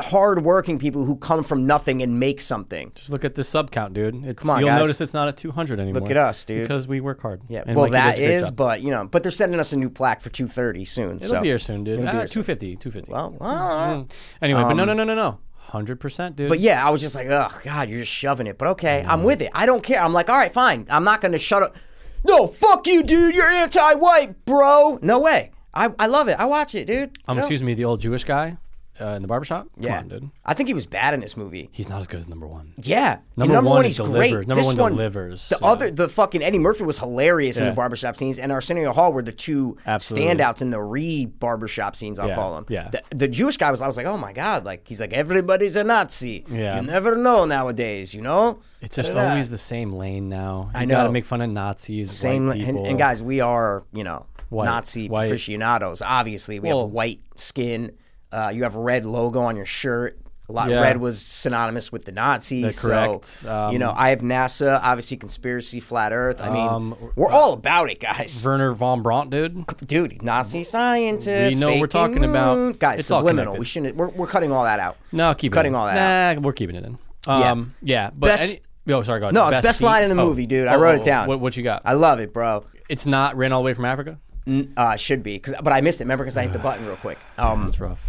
Speaker 2: hardworking people who come from nothing and make something.
Speaker 1: Just look at the sub count, dude. It's,
Speaker 2: on,
Speaker 1: you'll
Speaker 2: guys.
Speaker 1: notice it's not at 200 anymore.
Speaker 2: Look at us, dude.
Speaker 1: Because we work hard.
Speaker 2: Yeah.
Speaker 1: And
Speaker 2: well,
Speaker 1: Mikey does
Speaker 2: that
Speaker 1: a great
Speaker 2: is,
Speaker 1: job.
Speaker 2: but you know, but they're sending us a new plaque for 230 soon.
Speaker 1: It'll
Speaker 2: so.
Speaker 1: be here soon, dude.
Speaker 2: It'll be
Speaker 1: Ah,
Speaker 2: here soon.
Speaker 1: 250, 250.
Speaker 2: Well, well,
Speaker 1: Mm. Anyway, but no, no, no, no, no. 100%, dude.
Speaker 2: But yeah, I was just like, oh God, you're just shoving it. But okay, I'm with it. I don't care. I'm like, all right, fine. I'm not gonna shut up. No, fuck you, dude. You're anti-white, bro. No way. I, I love it. I watch it, dude.
Speaker 1: um,
Speaker 2: You know?
Speaker 1: excuse me, the old Jewish guy uh, in the barbershop? Come
Speaker 2: yeah.
Speaker 1: on, dude.
Speaker 2: I think he was bad in this movie.
Speaker 1: He's not as good as number one.
Speaker 2: Yeah. And
Speaker 1: Number one
Speaker 2: he's
Speaker 1: delivers.
Speaker 2: great.
Speaker 1: Number
Speaker 2: this
Speaker 1: one
Speaker 2: one
Speaker 1: delivers,
Speaker 2: The
Speaker 1: yeah.
Speaker 2: other, the fucking Eddie Murphy was hilarious in
Speaker 1: Yeah.
Speaker 2: the barbershop scenes, and Arsenio Hall were the two
Speaker 1: Absolutely.
Speaker 2: standouts in the re barbershop scenes. I'll
Speaker 1: Yeah,
Speaker 2: call them.
Speaker 1: yeah.
Speaker 2: The, the Jewish guy was. I was like, oh my god, like he's like everybody's a Nazi.
Speaker 1: Yeah.
Speaker 2: You never know nowadays. You know.
Speaker 1: It's just
Speaker 2: Da-da-da.
Speaker 1: always the same lane now. You
Speaker 2: I
Speaker 1: gotta
Speaker 2: know.
Speaker 1: make fun of Nazis,
Speaker 2: Same,
Speaker 1: white
Speaker 2: and,
Speaker 1: people.
Speaker 2: and guys, we are you know Nazi
Speaker 1: white.
Speaker 2: aficionados. Obviously, we
Speaker 1: Well-
Speaker 2: have white skin. Uh, you have a red logo on your shirt. A lot
Speaker 1: Yeah.
Speaker 2: red was synonymous with the Nazis.
Speaker 1: That's
Speaker 2: so,
Speaker 1: correct. Um,
Speaker 2: you know, I have NASA. Obviously, conspiracy, flat Earth. I mean,
Speaker 1: Um,
Speaker 2: we're all about it, guys.
Speaker 1: Werner von Brant, dude.
Speaker 2: Dude, Nazi scientists.
Speaker 1: We know what we're
Speaker 2: faking
Speaker 1: talking about.
Speaker 2: moon- guys.
Speaker 1: It's all
Speaker 2: subliminal.
Speaker 1: connected.
Speaker 2: We shouldn't. We're, we're cutting all that out.
Speaker 1: No, keep
Speaker 2: Cutting
Speaker 1: it in.
Speaker 2: all that
Speaker 1: Nah, we're keeping it in. Um, yeah. but
Speaker 2: Best-
Speaker 1: any- oh, sorry, go ahead.
Speaker 2: No, best
Speaker 1: scene-
Speaker 2: line in the
Speaker 1: oh.
Speaker 2: movie, dude. I
Speaker 1: Oh,
Speaker 2: wrote
Speaker 1: oh,
Speaker 2: it down.
Speaker 1: What, what you got?
Speaker 2: I love it, bro.
Speaker 1: it's not ran all the way from Africa.
Speaker 2: N- Uh, should be, 'cause- but I missed it. Remember, because I hit the button real quick. Um,
Speaker 1: That's rough.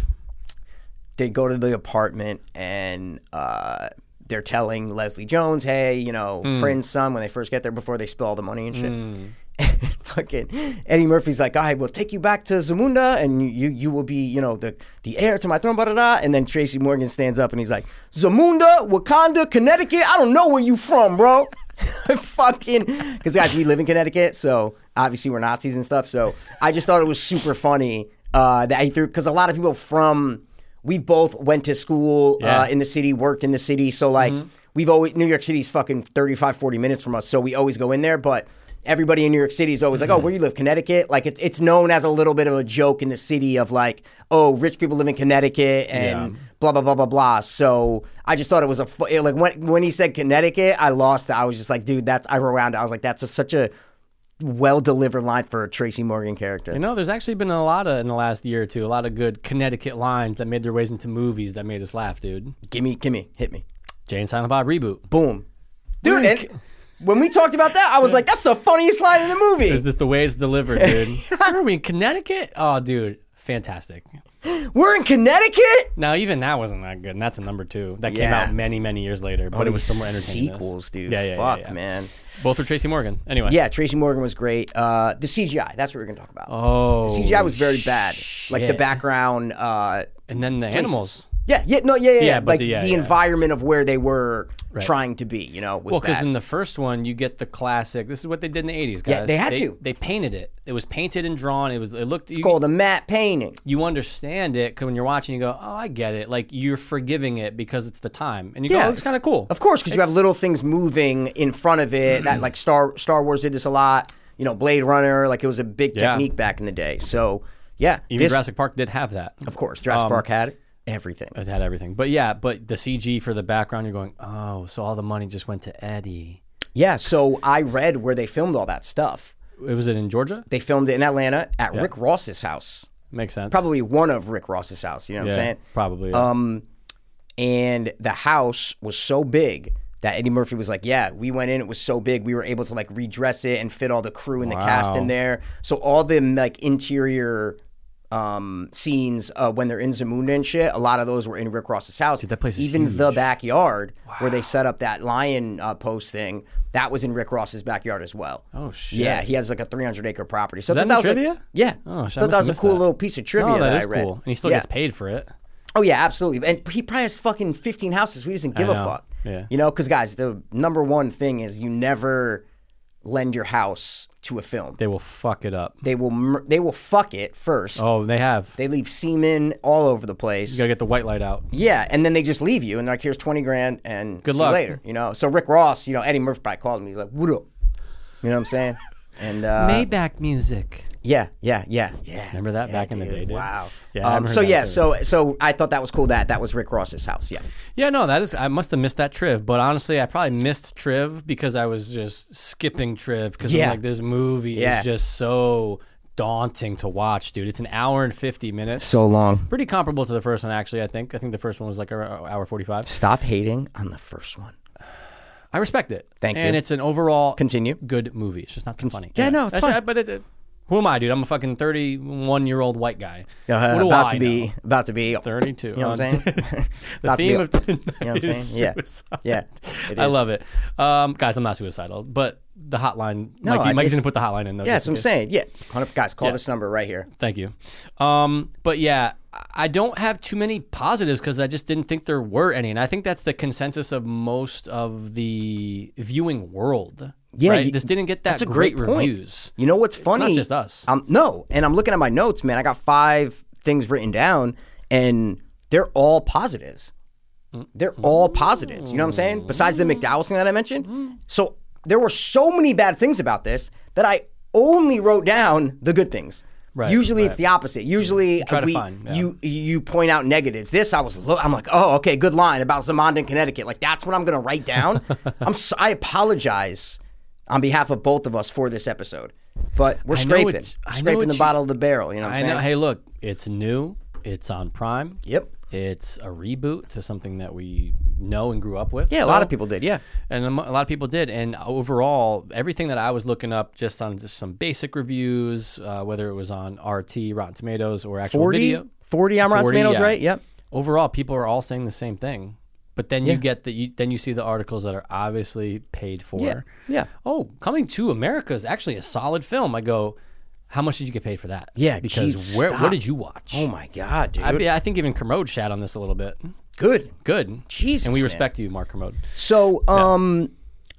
Speaker 2: they go to the apartment and uh, they're telling Leslie Jones, "Hey, you know, friend's son." When they first get there, before they spill all the money and shit. fucking Eddie Murphy's like, "I will take you back to Zamunda, and you you will be, you know, the the heir to my throne." Blah, blah, blah. And then Tracy Morgan stands up and he's like, "Zamunda, Wakanda, Connecticut. I don't know where you from, bro." fucking because guys we live in connecticut so obviously we're nazis and stuff so i just thought it was super funny uh that he threw because a lot of people from we both went to school
Speaker 1: Yeah. Mm-hmm.
Speaker 2: uh, in the city, worked in the city. So, like, we've always, New York City's fucking 35, 40 minutes from us. So, we always go in there. But everybody in New York City is always like,
Speaker 1: Mm-hmm.
Speaker 2: oh, where you live? Connecticut? Like, it, it's known as a little bit of a joke in the city of like, oh, rich people live in Connecticut and
Speaker 1: Yeah.
Speaker 2: blah, blah, blah, blah, blah. So, I just thought it was a, fu- it, like, when, when he said Connecticut, I lost it. I was just like, dude, that's, I rewound it. I was like, that's a, such a well delivered line for a Tracy Morgan character.
Speaker 1: You know, there's actually been a lot of in the last year or two, a lot of good Connecticut lines that made their ways into movies that made us laugh, dude.
Speaker 2: gimme, gimme, hit me.
Speaker 1: Jane Silent Bob reboot.
Speaker 2: Boom. Dude, and when we talked about that, I was like, that's the funniest line in the
Speaker 1: It's
Speaker 2: movie.
Speaker 1: just the way it's delivered, dude. Where are we in Connecticut? Oh, dude, fantastic.
Speaker 2: We're in Connecticut?
Speaker 1: Now, even that wasn't that good, and that's a number two that came
Speaker 2: Yeah. Oh,
Speaker 1: out many, many years later, but it was somewhere entertaining. than this.
Speaker 2: Sequels, dude.
Speaker 1: Yeah, yeah,
Speaker 2: Fuck,
Speaker 1: yeah, yeah.
Speaker 2: man.
Speaker 1: Both are Tracy Morgan. Anyway.
Speaker 2: Yeah, Tracy Morgan was great. Uh, the CGI, that's what we're going to talk about.
Speaker 1: Oh.
Speaker 2: the CGI was very bad. Like the
Speaker 1: shit.
Speaker 2: background. Uh,
Speaker 1: And then the animals.
Speaker 2: yeah, yeah, no, yeah, yeah, yeah.
Speaker 1: but
Speaker 2: like
Speaker 1: the-
Speaker 2: the,
Speaker 1: yeah, yeah.
Speaker 2: environment of where they were trying to be, you know, was
Speaker 1: Well, because
Speaker 2: bad.
Speaker 1: Oh, in the first one, you get the classic. This is what they did in the '80s, guys.
Speaker 2: Yeah, they had to.
Speaker 1: They painted it. It was painted and drawn. It was. It looked. you,
Speaker 2: Called a matte painting.
Speaker 1: you understand it 'cause when you're watching. You go, oh, I get it. Like you're forgiving it because it's the time, and you go,
Speaker 2: Yeah,
Speaker 1: oh, it's kind of cool. Mm-hmm.
Speaker 2: Of course, because you have little things moving in front of it. that like Star Star Wars did this a lot. You know, Blade Runner, like it was a big
Speaker 1: Yeah.
Speaker 2: technique back in the day. So yeah,
Speaker 1: Even
Speaker 2: this,
Speaker 1: Jurassic um, uh, Park did have that.
Speaker 2: of course, Jurassic Park had everything.
Speaker 1: It had everything, but yeah, but the CG for the background, you're going, oh, so all the money just went to Eddie.
Speaker 2: Yeah, so I read where they filmed all that stuff.
Speaker 1: It was it in Georgia?
Speaker 2: They filmed it in Atlanta at Rick Ross's house,
Speaker 1: Makes sense.
Speaker 2: probably Um, one of Rick Ross's house. You know what
Speaker 1: Yeah,
Speaker 2: I'm saying?
Speaker 1: probably.
Speaker 2: Um, and the house was so big that Eddie Murphy was like, yeah, we went in, it was so big, we were able to like redress it and fit all the crew and the cast in
Speaker 1: Wow.
Speaker 2: there. So all the like interior um, scenes uh, when they're in Zamunda and shit, a lot of those were in Rick Ross's house.
Speaker 1: Dude, that place is
Speaker 2: Even the backyard where they set up that lion uh, post thing, that was in Rick Ross's backyard as well.
Speaker 1: Oh, shit.
Speaker 2: Yeah, he has like a 300 acre property. So
Speaker 1: that
Speaker 2: I thought
Speaker 1: in the
Speaker 2: was a-
Speaker 1: trivia?
Speaker 2: yeah,
Speaker 1: Oh, shit, I
Speaker 2: thought that
Speaker 1: must've
Speaker 2: was a
Speaker 1: missed
Speaker 2: cool
Speaker 1: that.
Speaker 2: little piece of trivia
Speaker 1: No, Oh, that
Speaker 2: that
Speaker 1: is
Speaker 2: I read.
Speaker 1: cool. And he still
Speaker 2: Yeah.
Speaker 1: gets paid for it.
Speaker 2: Oh yeah, absolutely. And he probably has fucking fifteen houses. We doesn't give a
Speaker 1: know.
Speaker 2: fuck.
Speaker 1: Yeah.
Speaker 2: You know, because guys, the number one thing is you never lend your house to a film.
Speaker 1: They will fuck it up.
Speaker 2: They will mur- they will fuck it first.
Speaker 1: Oh, they have.
Speaker 2: They leave semen all over the place.
Speaker 1: You gotta get the white light out.
Speaker 2: Yeah, and then they just leave you and they're like, here's twenty grand and
Speaker 1: Good
Speaker 2: see
Speaker 1: luck.
Speaker 2: you later. You know. So Rick Ross, you know, Eddie Murphy probably called him. He's like, what up? You know what I'm saying? And uh,
Speaker 1: Maybach music.
Speaker 2: yeah, yeah, yeah, yeah.
Speaker 1: Remember that back in the day, dude?
Speaker 2: Wow.
Speaker 1: Yeah. I
Speaker 2: Um,
Speaker 1: haven't heard
Speaker 2: so
Speaker 1: that
Speaker 2: yeah,
Speaker 1: since.
Speaker 2: so so I thought that was cool. That that was Rick Ross's house. Yeah.
Speaker 1: Yeah, no, that is. I must have missed that triv, but honestly, I probably missed triv because I was just skipping triv because
Speaker 2: Yeah.
Speaker 1: I'm like, this movie
Speaker 2: Yeah.
Speaker 1: is just so daunting to watch, dude. It's an hour and fifty minutes.
Speaker 2: long.
Speaker 1: pretty comparable to the first one, actually. I think. I think the first one was like an hour forty-five.
Speaker 2: Stop hating on the first one.
Speaker 1: I respect it.
Speaker 2: Thank
Speaker 1: And
Speaker 2: you.
Speaker 1: it's an overall
Speaker 2: Continue.
Speaker 1: good movie. It's just not that funny.
Speaker 2: yeah, no, it's
Speaker 1: That's-
Speaker 2: fine.
Speaker 1: I- but it, it- who am I, dude? I'm a fucking thirty-one-year-old white guy.
Speaker 2: Uh,
Speaker 1: what do
Speaker 2: about
Speaker 1: I
Speaker 2: to be about to be
Speaker 1: know? thirty-two.
Speaker 2: You know what I'm saying?
Speaker 1: the
Speaker 2: About to be
Speaker 1: theme
Speaker 2: a-
Speaker 1: of tonight
Speaker 2: You know what I'm
Speaker 1: is
Speaker 2: saying? Yeah.
Speaker 1: suicide.
Speaker 2: Yeah. It
Speaker 1: I
Speaker 2: is.
Speaker 1: love it. Um, guys, I'm not suicidal, but the hotline.
Speaker 2: No,
Speaker 1: Mikey,
Speaker 2: I
Speaker 1: Mike's
Speaker 2: just-
Speaker 1: going to put the hotline in. Though,
Speaker 2: Yeah,
Speaker 1: just
Speaker 2: that's what
Speaker 1: in
Speaker 2: I'm
Speaker 1: case.
Speaker 2: saying. Yeah. 100 guys, call this number right here.
Speaker 1: Thank you. Um, but yeah, I- I don't have too many positives because I just didn't think there were any. And I think that's the consensus of most of the viewing world.
Speaker 2: Yeah,
Speaker 1: right?
Speaker 2: you-
Speaker 1: this didn't get that
Speaker 2: that's a
Speaker 1: great,
Speaker 2: great point.
Speaker 1: reviews.
Speaker 2: You know what's
Speaker 1: not
Speaker 2: funny?
Speaker 1: just us.
Speaker 2: Um, no, and I'm looking at my notes, man. I got five things written down, and they're all positives.
Speaker 1: Mm.
Speaker 2: They're all positives. You know what I'm saying? Besides the McDowell's thing that I
Speaker 1: Mm.
Speaker 2: mentioned. So there were so many bad things about this that I only wrote down the good things.
Speaker 1: Right,
Speaker 2: Usually it's the opposite. Usually
Speaker 1: try to
Speaker 2: we,
Speaker 1: find, yeah.
Speaker 2: you you point out negatives. This I was lo- I'm like, oh, okay, good line about Zamond in Connecticut. Like that's what I'm gonna write down. I'm so, I apologize on behalf of both of us for this episode, but we're
Speaker 1: I know
Speaker 2: scraping,
Speaker 1: it's- I know
Speaker 2: scraping
Speaker 1: what
Speaker 2: the
Speaker 1: you-
Speaker 2: bottle of the barrel. You know what I'm
Speaker 1: I
Speaker 2: saying?
Speaker 1: know. Hey, look, it's new. It's on Prime.
Speaker 2: Yep.
Speaker 1: It's a reboot to something that we know and grew up with.
Speaker 2: Yeah, a lot
Speaker 1: So-
Speaker 2: of people did. Yeah,
Speaker 1: and a mo- a lot of people did. And overall, everything that I was looking up, just on just some basic reviews, uh, whether it was on RT, Rotten Tomatoes, or actual
Speaker 2: 40,
Speaker 1: video,
Speaker 2: 40 on Rotten
Speaker 1: 40,
Speaker 2: Tomatoes,
Speaker 1: yeah.
Speaker 2: right? Yep.
Speaker 1: Overall, people are all saying the same thing. But then you get the you, then you see the articles that are obviously paid for.
Speaker 2: Yeah. Yeah.
Speaker 1: Oh, coming to America is actually a solid film. I go, how much did you get paid for that?
Speaker 2: Yeah,
Speaker 1: because
Speaker 2: geez,
Speaker 1: where
Speaker 2: stop.
Speaker 1: what did you watch?
Speaker 2: Oh my god, dude.
Speaker 1: I, mean, I think even Kermode shat on this a little bit.
Speaker 2: Good.
Speaker 1: Good,
Speaker 2: Jesus,
Speaker 1: and we
Speaker 2: man.
Speaker 1: respect you, Mark Kermode.
Speaker 2: So, um,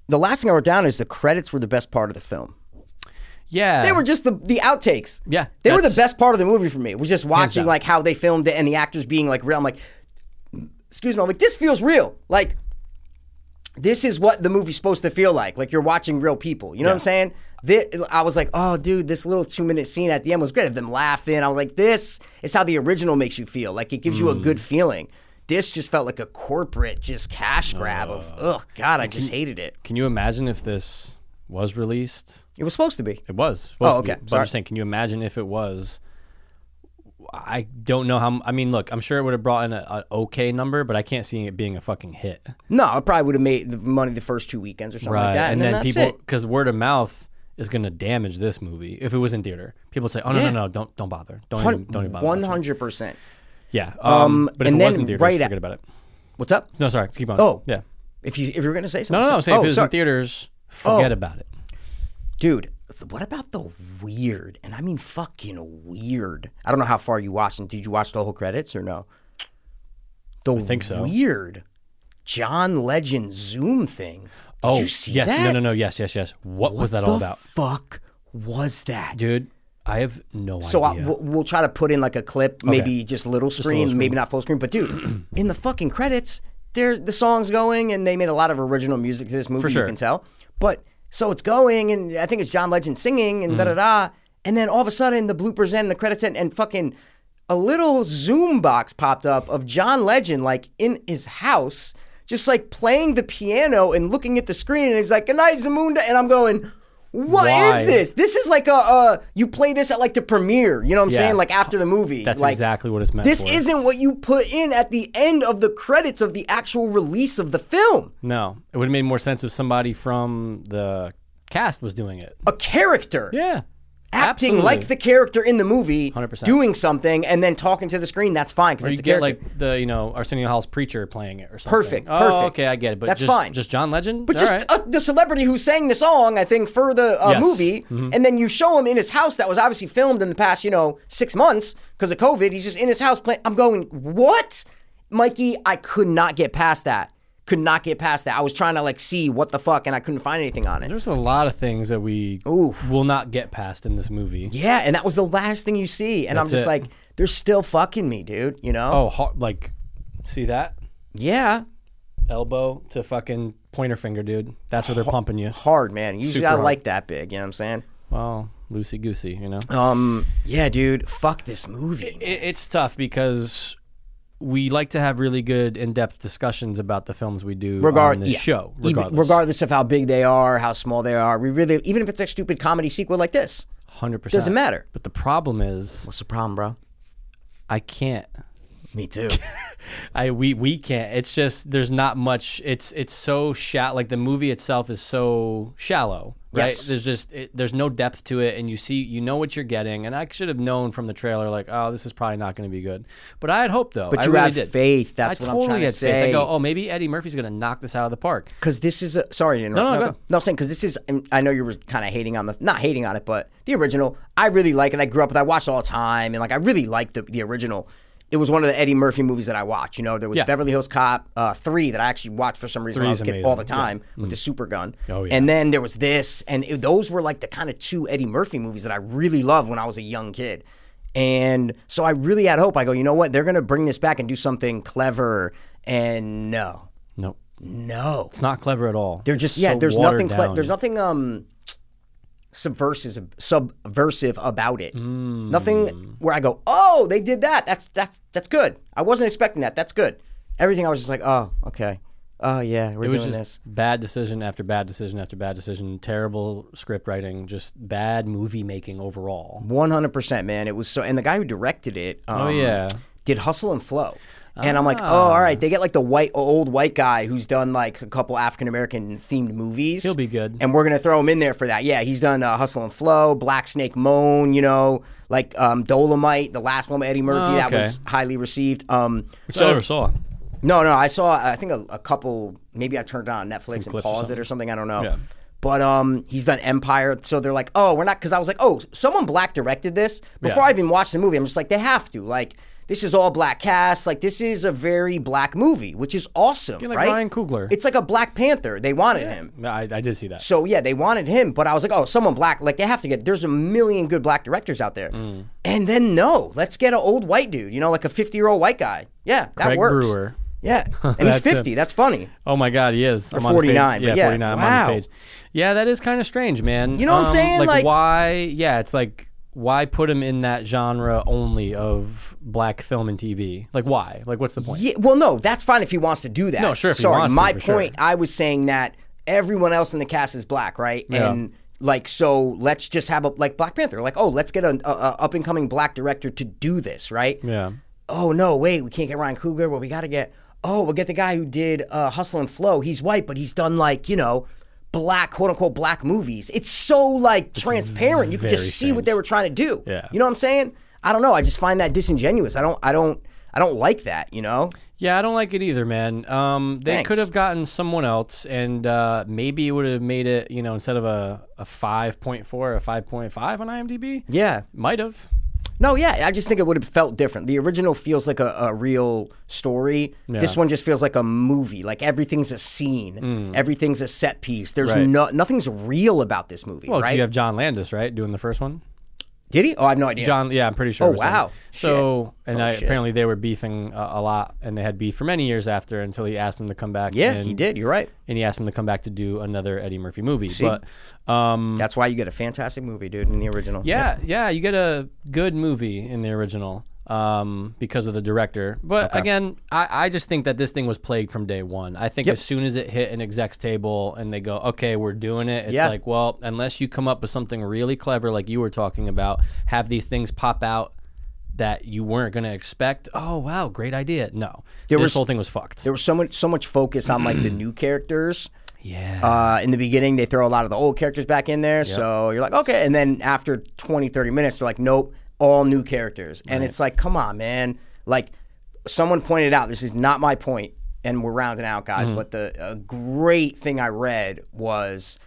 Speaker 2: the last thing I wrote down is the credits were the best part of the film.
Speaker 1: Yeah,
Speaker 2: They were just the the outtakes.
Speaker 1: Yeah,
Speaker 2: they were the
Speaker 1: that's-
Speaker 2: best part of the movie for me. It was just watching
Speaker 1: down.
Speaker 2: like how they filmed it and the actors being like real. I'm like, excuse me. I'm like, this feels real. Like, this is what the movie's supposed to feel like. Like you're watching real people. You know what I'm saying? Thi- I was like, oh, dude, this little two minute scene at the end was great. Of them laughing. I was like, this is how the original makes you feel. Like it gives
Speaker 1: Mm.
Speaker 2: you a good feeling. This just felt like a corporate just cash grab of, oh God, I just hated it.
Speaker 1: Can you imagine if this was released?
Speaker 2: It was supposed to be.
Speaker 1: It was. supposed
Speaker 2: Oh,
Speaker 1: to be,
Speaker 2: okay.
Speaker 1: But I'm
Speaker 2: Sorry.
Speaker 1: just saying, can you imagine if it was? I don't know how. m- I mean, look, I'm sure it would have brought in a- an okay number, but I can't see it being a fucking hit.
Speaker 2: No, I probably would have made the money the first two weekends or something like that.
Speaker 1: and, then,
Speaker 2: that's
Speaker 1: people,
Speaker 2: it.
Speaker 1: because word of mouth is going to damage this movie if it was in theater. People say, "Oh no,
Speaker 2: Yeah.
Speaker 1: no, no, don't, don't bother, don't, even, don't even bother."
Speaker 2: One
Speaker 1: watching it."
Speaker 2: hundred percent.
Speaker 1: Yeah. Um,
Speaker 2: Um,
Speaker 1: but if
Speaker 2: and
Speaker 1: it was
Speaker 2: then
Speaker 1: in theaters,
Speaker 2: right
Speaker 1: forget
Speaker 2: at-
Speaker 1: about it.
Speaker 2: What's up?
Speaker 1: No, sorry, keep on.
Speaker 2: Oh.
Speaker 1: yeah.
Speaker 2: If you if you were gonna say
Speaker 1: No,
Speaker 2: something,
Speaker 1: no, no. I'm saying
Speaker 2: oh,
Speaker 1: if it was
Speaker 2: sorry.
Speaker 1: in theaters, forget
Speaker 2: Oh.
Speaker 1: about it.
Speaker 2: dude. th- What about the weird? And I mean fucking weird. I don't know how far you watched. And did you watch the whole credits or no? The
Speaker 1: think so.
Speaker 2: weird John Legend Zoom thing. Did
Speaker 1: Oh,
Speaker 2: you see
Speaker 1: yes,
Speaker 2: that?
Speaker 1: no, no, no, yes, yes, yes. What, was that
Speaker 2: the
Speaker 1: all about,
Speaker 2: Fuck was that?
Speaker 1: dude? I have no
Speaker 2: So uh, I,
Speaker 1: idea.
Speaker 2: we'll, we'll try to put in like a clip, maybe just little screen, maybe not full screen. But dude, in the fucking credits, there's the song's going, and they made a lot of original music to this movie.
Speaker 1: sure.
Speaker 2: You can tell. But so it's going, and I think it's John Legend singing, and
Speaker 1: Mm-hmm.
Speaker 2: da da da. And then all of a sudden, the bloopers end, the credits end, and fucking a little Zoom box popped up of John Legend like in his house, just like playing the piano and looking at the screen, and he's like, "Good night, Zamunda," and I'm going. What is
Speaker 1: why-
Speaker 2: this? This is like a uh, you play this at like the premiere. You know what I'm
Speaker 1: Yeah.
Speaker 2: saying? Like after the movie.
Speaker 1: That's
Speaker 2: like,
Speaker 1: exactly what it's meant
Speaker 2: This
Speaker 1: for.
Speaker 2: isn't what you put in at the end of the credits of the actual release of the film.
Speaker 1: No, it would have made more sense if somebody from the cast was doing it.
Speaker 2: A character
Speaker 1: Yeah,
Speaker 2: acting
Speaker 1: absolutely.
Speaker 2: like the character in the movie,
Speaker 1: 100%.
Speaker 2: doing something and then talking to the screen. That's fine because
Speaker 1: Or you
Speaker 2: it's a
Speaker 1: get
Speaker 2: character.
Speaker 1: like the you know Arsenio Hall's preacher playing it or something.
Speaker 2: Perfect,
Speaker 1: Oh,
Speaker 2: perfect.
Speaker 1: okay, I get it. But
Speaker 2: That's
Speaker 1: just,
Speaker 2: fine.
Speaker 1: Just John Legend.
Speaker 2: But just uh, the celebrity who sang the song, I think, for the uh,
Speaker 1: Yes. Mm-hmm.
Speaker 2: movie, and then you show him in his house that was obviously filmed in the past, you know, six months because of COVID. He's just in his house playing. I'm going, what, Mikey? I could not get past that. Could not get past that. I was trying to like see what the fuck, and I couldn't find anything on it.
Speaker 1: there's a lot of things that we will not get past in this movie.
Speaker 2: Yeah, and that was the last thing you see, and I'm
Speaker 1: That's
Speaker 2: just
Speaker 1: it.
Speaker 2: like, they're still fucking me, dude. You know?
Speaker 1: Oh, ho- like see that
Speaker 2: Yeah,
Speaker 1: elbow to fucking pointer finger, dude. That's where they're pumping you.
Speaker 2: hard man. Usually
Speaker 1: Super
Speaker 2: I
Speaker 1: hard.
Speaker 2: like that big. You know what I'm saying?
Speaker 1: Well, loosey goosey, you know.
Speaker 2: Um, yeah, dude. Fuck this movie.
Speaker 1: it, it's tough because we like to have really good in-depth discussions about the films we do
Speaker 2: regard
Speaker 1: on this
Speaker 2: yeah.
Speaker 1: show,
Speaker 2: Even-
Speaker 1: regardless.
Speaker 2: regardless of how big they are, how small they are. We really, even if it's a stupid comedy sequel like this,
Speaker 1: Hundred percent
Speaker 2: doesn't matter.
Speaker 1: But the problem is,
Speaker 2: What's the problem, bro?
Speaker 1: I can't.
Speaker 2: Me too.
Speaker 1: I we we can't. It's just there's not much. It's it's so shallow. Like the movie itself is so shallow. Right.
Speaker 2: Yes.
Speaker 1: There's just it, there's no depth to it, and you see you know what you're getting. And I should have known from the trailer, like, oh, this is probably not going to be good. But I had hope though. But I
Speaker 2: you
Speaker 1: really
Speaker 2: have
Speaker 1: did.
Speaker 2: faith. That's
Speaker 1: I
Speaker 2: what I'm
Speaker 1: totally
Speaker 2: trying to
Speaker 1: had faith. I go,
Speaker 2: say.
Speaker 1: oh, maybe Eddie Murphy's going to knock this out of the park.
Speaker 2: Because this is a sorry to interrupt.
Speaker 1: no, go
Speaker 2: no,
Speaker 1: ahead.
Speaker 2: no, I'm saying because this is. and I know you were kind of hating on the not hating on it, but the original. I really like it. I grew up with. I watched it all the time, and like I really liked the, the original. It was one of the Eddie Murphy movies that I watched. You know, there was
Speaker 1: Yeah.
Speaker 2: Beverly Hills Cop uh, three that I actually watched for some reason when I
Speaker 1: Three's
Speaker 2: was a kid
Speaker 1: amazing.
Speaker 2: all the time with the super gun.
Speaker 1: Oh, yeah.
Speaker 2: And then there was this, and it- those were like the kind of two Eddie Murphy movies that I really loved when I was a young kid. And so I really had hope. I go, you know what? They're gonna bring this back and do something clever. And no,
Speaker 1: Nope.
Speaker 2: no,
Speaker 1: It's not clever at all.
Speaker 2: they're just yeah.
Speaker 1: So
Speaker 2: There's
Speaker 1: watered
Speaker 2: nothing. Cle-
Speaker 1: down.
Speaker 2: there's nothing. Um, subversive subversive about it.
Speaker 1: Mm.
Speaker 2: Nothing where I go, oh, they did that. That's that's that's good. I wasn't expecting that. That's good. Everything I was just like, oh, okay. Oh yeah, we're
Speaker 1: It was
Speaker 2: doing
Speaker 1: just
Speaker 2: this.
Speaker 1: bad decision after bad decision after bad decision. Terrible script writing. Just bad movie making overall.
Speaker 2: One hundred percent, man. It was so. And the guy who directed it, um,
Speaker 1: Oh yeah. Ah.
Speaker 2: did Hustle and Flow. And I'm like, oh, all right. They get like the white old white guy who's done like a couple African American themed movies.
Speaker 1: He'll be good.
Speaker 2: and we're gonna throw him in there for that. Yeah, he's done uh, Hustle and Flow, Black Snake Moan, you know, like um, Dolomite, the last one with Eddie Murphy
Speaker 1: Oh,
Speaker 2: that
Speaker 1: okay.
Speaker 2: was highly received. Um,
Speaker 1: So I never saw.
Speaker 2: no, no, I saw I think a, a couple. Maybe I turned it on Netflix and
Speaker 1: clips or
Speaker 2: paused it or something. I don't know.
Speaker 1: Yeah.
Speaker 2: But um, he's done Empire, so they're like, oh, we're not because I was like, oh, someone black directed this before
Speaker 1: Yeah.
Speaker 2: I even watched the movie. I'm just like, they have to like. This is all black cast. Like this is a very black movie, which is awesome,
Speaker 1: like
Speaker 2: right?
Speaker 1: Ryan Coogler.
Speaker 2: It's like a Black Panther. They wanted him.
Speaker 1: I, I did see that.
Speaker 2: So yeah, they wanted him, but I was like, oh, someone black. Like they have to get. There's a million good black directors out there.
Speaker 1: Mm.
Speaker 2: And then no, let's get an old white dude. You know, like a 50 year old white guy. Yeah, that
Speaker 1: Craig
Speaker 2: works.
Speaker 1: Brewer.
Speaker 2: Yeah, and he's
Speaker 1: That's him.
Speaker 2: 50. That's funny.
Speaker 1: Oh my God, he is. I'm on his
Speaker 2: 49,
Speaker 1: page.
Speaker 2: but
Speaker 1: Yeah,
Speaker 2: yeah,
Speaker 1: 49. I'm
Speaker 2: wow.
Speaker 1: on his page. Yeah, that is kind of strange, man. You
Speaker 2: know what I'm saying?
Speaker 1: Like,
Speaker 2: Like-
Speaker 1: why? Yeah, it's like why put him in that genre only of black film and TV? Like why? Like what's the point?
Speaker 2: Yeah, well, no, that's fine if he wants to do that.
Speaker 1: No, sure, if he
Speaker 2: Sorry,
Speaker 1: wants to,
Speaker 2: my
Speaker 1: for sure.
Speaker 2: point. I was saying that everyone else in the cast is black, right?
Speaker 1: Yeah.
Speaker 2: And like, so let's just have a like Black Panther. Like, oh, let's get an up and coming black director to do this, right?
Speaker 1: Yeah.
Speaker 2: oh no, wait, we can't get Ryan Coogler. Well, we got to get oh, we'll get the guy who did uh, Hustle and Flow. He's white, but he's done like you know black quote unquote black movies. It's so like transparent. You can just
Speaker 1: very
Speaker 2: see what they were trying to do.
Speaker 1: Yeah.
Speaker 2: you know what I'm saying? I don't know. I just find that disingenuous. I don't. I don't. I don't like that. You know.
Speaker 1: Yeah, I don't like it either, man. Um, they
Speaker 2: Thanks.
Speaker 1: could have gotten someone else, and uh, maybe it would have made it, you know, instead of a, a 5.4, a 5.5 on IMDb.
Speaker 2: Yeah.
Speaker 1: Might have.
Speaker 2: No, yeah, I just think it would have felt different. The original feels like a, a real story. This one just feels like a movie. Like everything's a scene, everything's a set piece. There's
Speaker 1: Mm. Right.
Speaker 2: no nothing's real about this movie,
Speaker 1: Well, 'cause
Speaker 2: right?
Speaker 1: you have John Landis, right, doing the first one?
Speaker 2: Did he? Oh, I have no idea.
Speaker 1: John, yeah, I'm pretty sure. Oh,
Speaker 2: wow.
Speaker 1: So, and I,
Speaker 2: shit.
Speaker 1: apparently they were beefing uh, a lot, and they had beef for many years after until he asked him to come back.
Speaker 2: Yeah,
Speaker 1: and,
Speaker 2: he did. You're right.
Speaker 1: And he asked him to come back to do another Eddie Murphy movie. But um,
Speaker 2: That's why you get a fantastic movie, dude, in the original.
Speaker 1: yeah, yeah, you get a good movie in the original. um, because of the director. But again, I, I just think that this thing was plagued from day one. I think as soon as it hit an exec's table and they go, okay, we're doing it, it's
Speaker 2: Yeah.
Speaker 1: like, well, unless you come up with something really clever like you were talking about, have these things pop out that you weren't going to expect. Oh, wow, great idea. No. this
Speaker 2: was-
Speaker 1: whole thing was fucked.
Speaker 2: There was so much so much focus on like the new characters.
Speaker 1: Mm. yeah.
Speaker 2: Uh, in the beginning, they throw a lot of the old characters back in there. So you're like, okay. And then after 20, 30 minutes, they're like, nope, all new characters. And it's like, come on, man. Like, someone pointed out, this is not my point, and we're rounding out, guys.
Speaker 1: Mm.
Speaker 2: But the a great thing I read was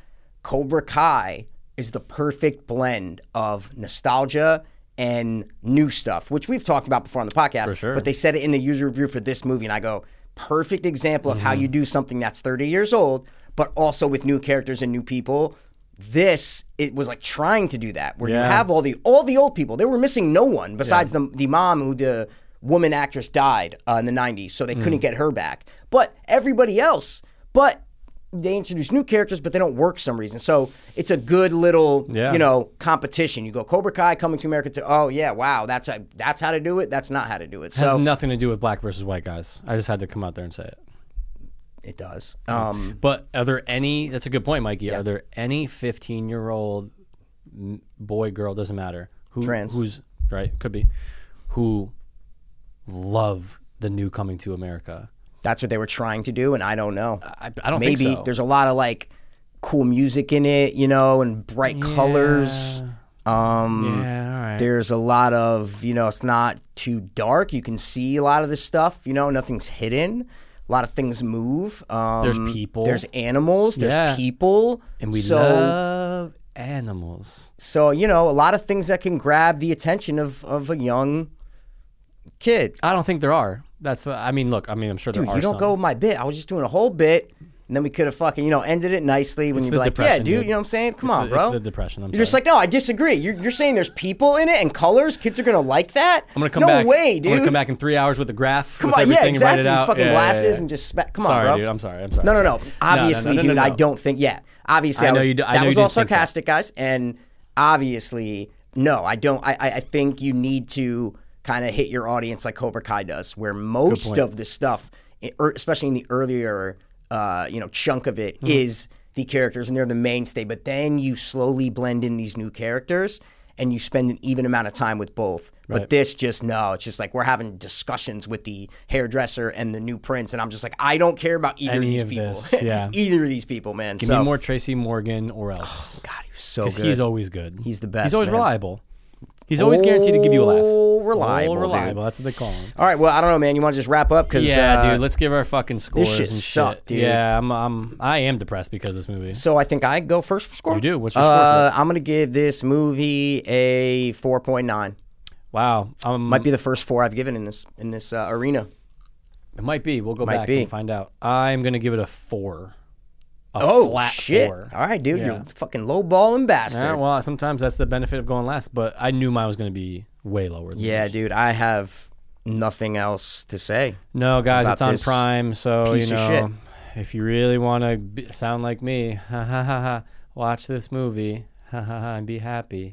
Speaker 2: Cobra Kai is the perfect blend of nostalgia and new stuff, which we've talked about before on the podcast.
Speaker 1: sure.
Speaker 2: But they said it in the user review for this movie, and I go, perfect example of how
Speaker 1: Mm-hmm.
Speaker 2: you do something that's 30 years old, but also with new characters and new people. This it was like trying to do that, where you
Speaker 1: Yeah.
Speaker 2: have all the all the old people. They were missing no one besides the the mom who the woman actress died uh, in the 90s, so they couldn't
Speaker 1: Mm.
Speaker 2: get her back. But everybody else, but they introduce new characters, but they don't work for some reason. So it's a good little
Speaker 1: Yeah.
Speaker 2: you know competition. You go Cobra Kai coming to America to oh yeah wow that's a, that's how to do it. That's not how to do it.
Speaker 1: has
Speaker 2: So
Speaker 1: nothing to do with black versus white guys. I just had to come out there and say it.
Speaker 2: It does.
Speaker 1: Hmm.
Speaker 2: Um,
Speaker 1: But are there any? That's a good point, Mikey. Are there any fifteen-year-old boy, girl, doesn't matter who
Speaker 2: Trans.
Speaker 1: who's right could be who love the new coming to America?
Speaker 2: that's what they were trying to do, and I don't know.
Speaker 1: I, I don't
Speaker 2: Maybe
Speaker 1: think so.
Speaker 2: there's a lot of like cool music in it, you know, and bright colors. Um,
Speaker 1: yeah, all right.
Speaker 2: There's a lot of you know, it's not too dark. You can see a lot of this stuff. You know, nothing's hidden. A lot of things move. Um,
Speaker 1: There's people.
Speaker 2: There's animals. There's
Speaker 1: Yeah.
Speaker 2: people.
Speaker 1: and we
Speaker 2: so,
Speaker 1: love animals.
Speaker 2: So you know, a lot of things that can grab the attention of of a young kid.
Speaker 1: I don't think there are. That's what, I mean. Look, I mean, I'm sure there
Speaker 2: Dude,
Speaker 1: are.
Speaker 2: you don't
Speaker 1: some.
Speaker 2: go with my bit. I was just doing a whole bit, and then we could have fucking, you know, ended it nicely when you'd be
Speaker 1: the
Speaker 2: like, yeah,
Speaker 1: depression,
Speaker 2: dude,
Speaker 1: dude.
Speaker 2: you know what I'm saying? Come
Speaker 1: It's
Speaker 2: on,
Speaker 1: the-
Speaker 2: bro.
Speaker 1: It's the depression. I'm
Speaker 2: you're just
Speaker 1: sorry.
Speaker 2: like, no, I disagree. You're, you're saying there's people in it and colors. Kids are gonna like that.
Speaker 1: I'm gonna come
Speaker 2: no
Speaker 1: back.
Speaker 2: way, dude.
Speaker 1: I'm gonna come back in three hours with a graph.
Speaker 2: Come
Speaker 1: with
Speaker 2: on, yeah,
Speaker 1: everything, write
Speaker 2: exactly.
Speaker 1: it out.
Speaker 2: Fucking
Speaker 1: Yeah, yeah,
Speaker 2: glasses
Speaker 1: yeah.
Speaker 2: and just spe- come
Speaker 1: sorry,
Speaker 2: on, bro.
Speaker 1: dude. I'm sorry. I'm sorry.
Speaker 2: No, no,
Speaker 1: sorry.
Speaker 2: no. Obviously,
Speaker 1: no, no,
Speaker 2: dude,
Speaker 1: no,
Speaker 2: I
Speaker 1: no.
Speaker 2: don't think. Yeah, obviously,
Speaker 1: I
Speaker 2: I,
Speaker 1: know
Speaker 2: was,
Speaker 1: you d- I
Speaker 2: that
Speaker 1: know
Speaker 2: was
Speaker 1: you
Speaker 2: all
Speaker 1: didn't think that.
Speaker 2: sarcastic, guys. And obviously, no, I don't. I, I, I think you need to kind of hit your audience like Cobra Kai does, where most of the stuff, i- er, especially in the earlier, uh, you know, chunk of it,
Speaker 1: Mm-hmm.
Speaker 2: is the characters and they're the mainstay. But then you slowly blend in these new characters. And you spend an even amount of time with both, but
Speaker 1: Right.
Speaker 2: this just no. It's just like we're having discussions with the hairdresser and the new prince, and I'm just like, I don't care about either
Speaker 1: Any
Speaker 2: of these
Speaker 1: of
Speaker 2: people.
Speaker 1: this, yeah.
Speaker 2: either of these people, man.
Speaker 1: Give
Speaker 2: so,
Speaker 1: me more Tracy Morgan or else.
Speaker 2: God, he was so good.
Speaker 1: Because he's always good.
Speaker 2: He's the best,
Speaker 1: He's always
Speaker 2: man.
Speaker 1: reliable. He's always guaranteed to give you a laugh.
Speaker 2: Oh, reliable,
Speaker 1: Oh,
Speaker 2: dude.
Speaker 1: reliable. That's what they call him.
Speaker 2: All right, well, I don't know, man. You want to just wrap up? Cause,
Speaker 1: Yeah,
Speaker 2: uh,
Speaker 1: dude. Let's give our fucking scores.
Speaker 2: shit
Speaker 1: and
Speaker 2: sucked, dude.
Speaker 1: Yeah, I'm, I'm, I am depressed because of this movie.
Speaker 2: So I think I go first for score.
Speaker 1: You do. What's your score for
Speaker 2: uh, I'm gonna give this movie a 4.9.
Speaker 1: Wow. Um,
Speaker 2: Might be the first four I've given in this in this uh, arena.
Speaker 1: it might be. We'll go back
Speaker 2: be.
Speaker 1: and find out. I'm gonna give it a four. A
Speaker 2: Oh
Speaker 1: flat
Speaker 2: shit!
Speaker 1: four.
Speaker 2: All right, dude,
Speaker 1: Yeah.
Speaker 2: you're fucking lowballing bastard.
Speaker 1: Yeah, well, sometimes that's the benefit of going last, but I knew mine was going to be way lower. Than
Speaker 2: yeah,
Speaker 1: yours.
Speaker 2: dude, I have nothing else to say.
Speaker 1: No, guys,
Speaker 2: About
Speaker 1: it's on
Speaker 2: this
Speaker 1: Prime, so
Speaker 2: piece
Speaker 1: you
Speaker 2: of
Speaker 1: know, if you really want to be, sound like me, ha ha ha ha, watch this movie, ha ha ha, and be happy.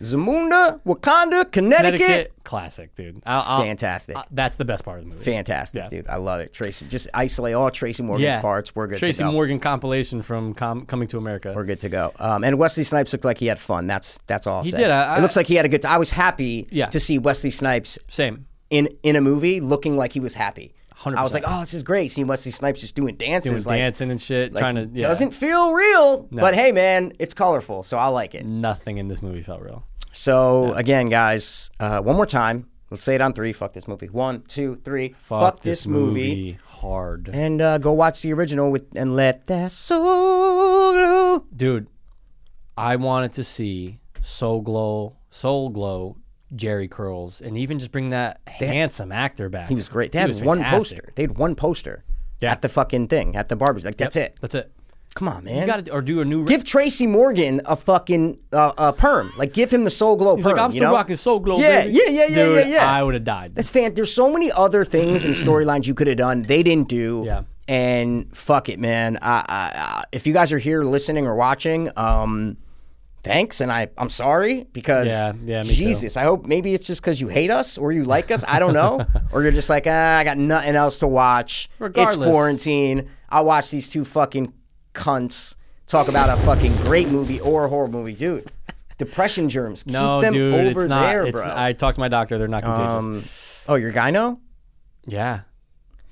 Speaker 2: Zamunda, Wakanda, Connecticut.
Speaker 1: classic, dude. I'll, I'll,
Speaker 2: Fantastic.
Speaker 1: I- that's the best part of the movie.
Speaker 2: Fantastic,
Speaker 1: Uh, Yeah.
Speaker 2: dude. I love it. Tracy, just isolate all Tracy Morgan's
Speaker 1: Yeah.
Speaker 2: parts. We're good
Speaker 1: Tracy
Speaker 2: to go.
Speaker 1: Morgan compilation from com- Coming to America.
Speaker 2: We're good to go. Um, and Wesley Snipes looked like he had fun. That's that's all. I'll he
Speaker 1: did. I-
Speaker 2: it looks like he had a good. T- I was happy
Speaker 1: Yeah.
Speaker 2: to see Wesley Snipes
Speaker 1: Same.
Speaker 2: in in a movie looking like he was happy.
Speaker 1: 100%.
Speaker 2: I was like, oh, this is great. Seeing Wesley Snipes just doing dances,
Speaker 1: Doing
Speaker 2: like,
Speaker 1: dancing and shit,
Speaker 2: like,
Speaker 1: trying to yeah.
Speaker 2: doesn't feel real. But hey, man, it's colorful, so I like it.
Speaker 1: nothing in this movie felt real.
Speaker 2: So again, guys, uh, one more time. Let's say it on three. Fuck this movie. One, two, three. Fuck, this movie.
Speaker 1: hard,
Speaker 2: and uh, go watch the original with and let that solo.
Speaker 1: dude. I wanted to see Soul Glow, Soul Glow, Jerry Curls, and even just bring that handsome actor back.
Speaker 2: He was great. They had one poster. They had one poster
Speaker 1: Yeah.
Speaker 2: at the fucking thing at the barber's. Like that's it.
Speaker 1: That's it.
Speaker 2: Come on,
Speaker 1: You
Speaker 2: man.
Speaker 1: got to or do a new.
Speaker 2: give Tracy Morgan a fucking uh, a perm. Like give him the Soul Glow perm.
Speaker 1: like I'm
Speaker 2: you
Speaker 1: still
Speaker 2: know?
Speaker 1: rocking Soul Glow.
Speaker 2: Yeah,
Speaker 1: baby.
Speaker 2: yeah, yeah, yeah,
Speaker 1: Dude,
Speaker 2: yeah, yeah.
Speaker 1: I would have died.
Speaker 2: That's fan. There's so many other things and storylines you could have done. They didn't do.
Speaker 1: Yeah.
Speaker 2: And fuck it, man. I, I, I, if you guys are here listening or watching, um, thanks and I I'm sorry because
Speaker 1: Yeah, yeah, me too.
Speaker 2: Jesus, I hope maybe it's just because you hate us or you like us. I don't know, or you're just like ah, I got nothing else to watch.
Speaker 1: Regardless.
Speaker 2: It's quarantine. I watch these two fucking cunts talk about a fucking great movie or a horror movie, dude. Depression germs. Keep
Speaker 1: No,
Speaker 2: them
Speaker 1: dude,
Speaker 2: over
Speaker 1: it's not.
Speaker 2: there,
Speaker 1: it's,
Speaker 2: bro.
Speaker 1: I talked to my doctor. They're not contagious.
Speaker 2: um, oh, your gyno.
Speaker 1: yeah.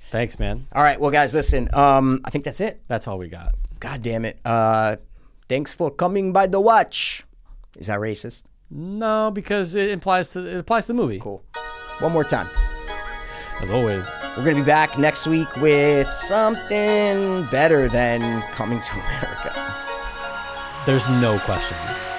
Speaker 1: Thanks, man.
Speaker 2: All right, well, guys, listen. Um, I think that's it.
Speaker 1: That's all we got.
Speaker 2: God damn it. Uh, thanks for coming by the watch. Is that racist?
Speaker 1: No, because it implies to it applies to the movie.
Speaker 2: Cool. One more time.
Speaker 1: As always,
Speaker 2: We're going to be back next week with something better than coming to America.
Speaker 1: there's no question.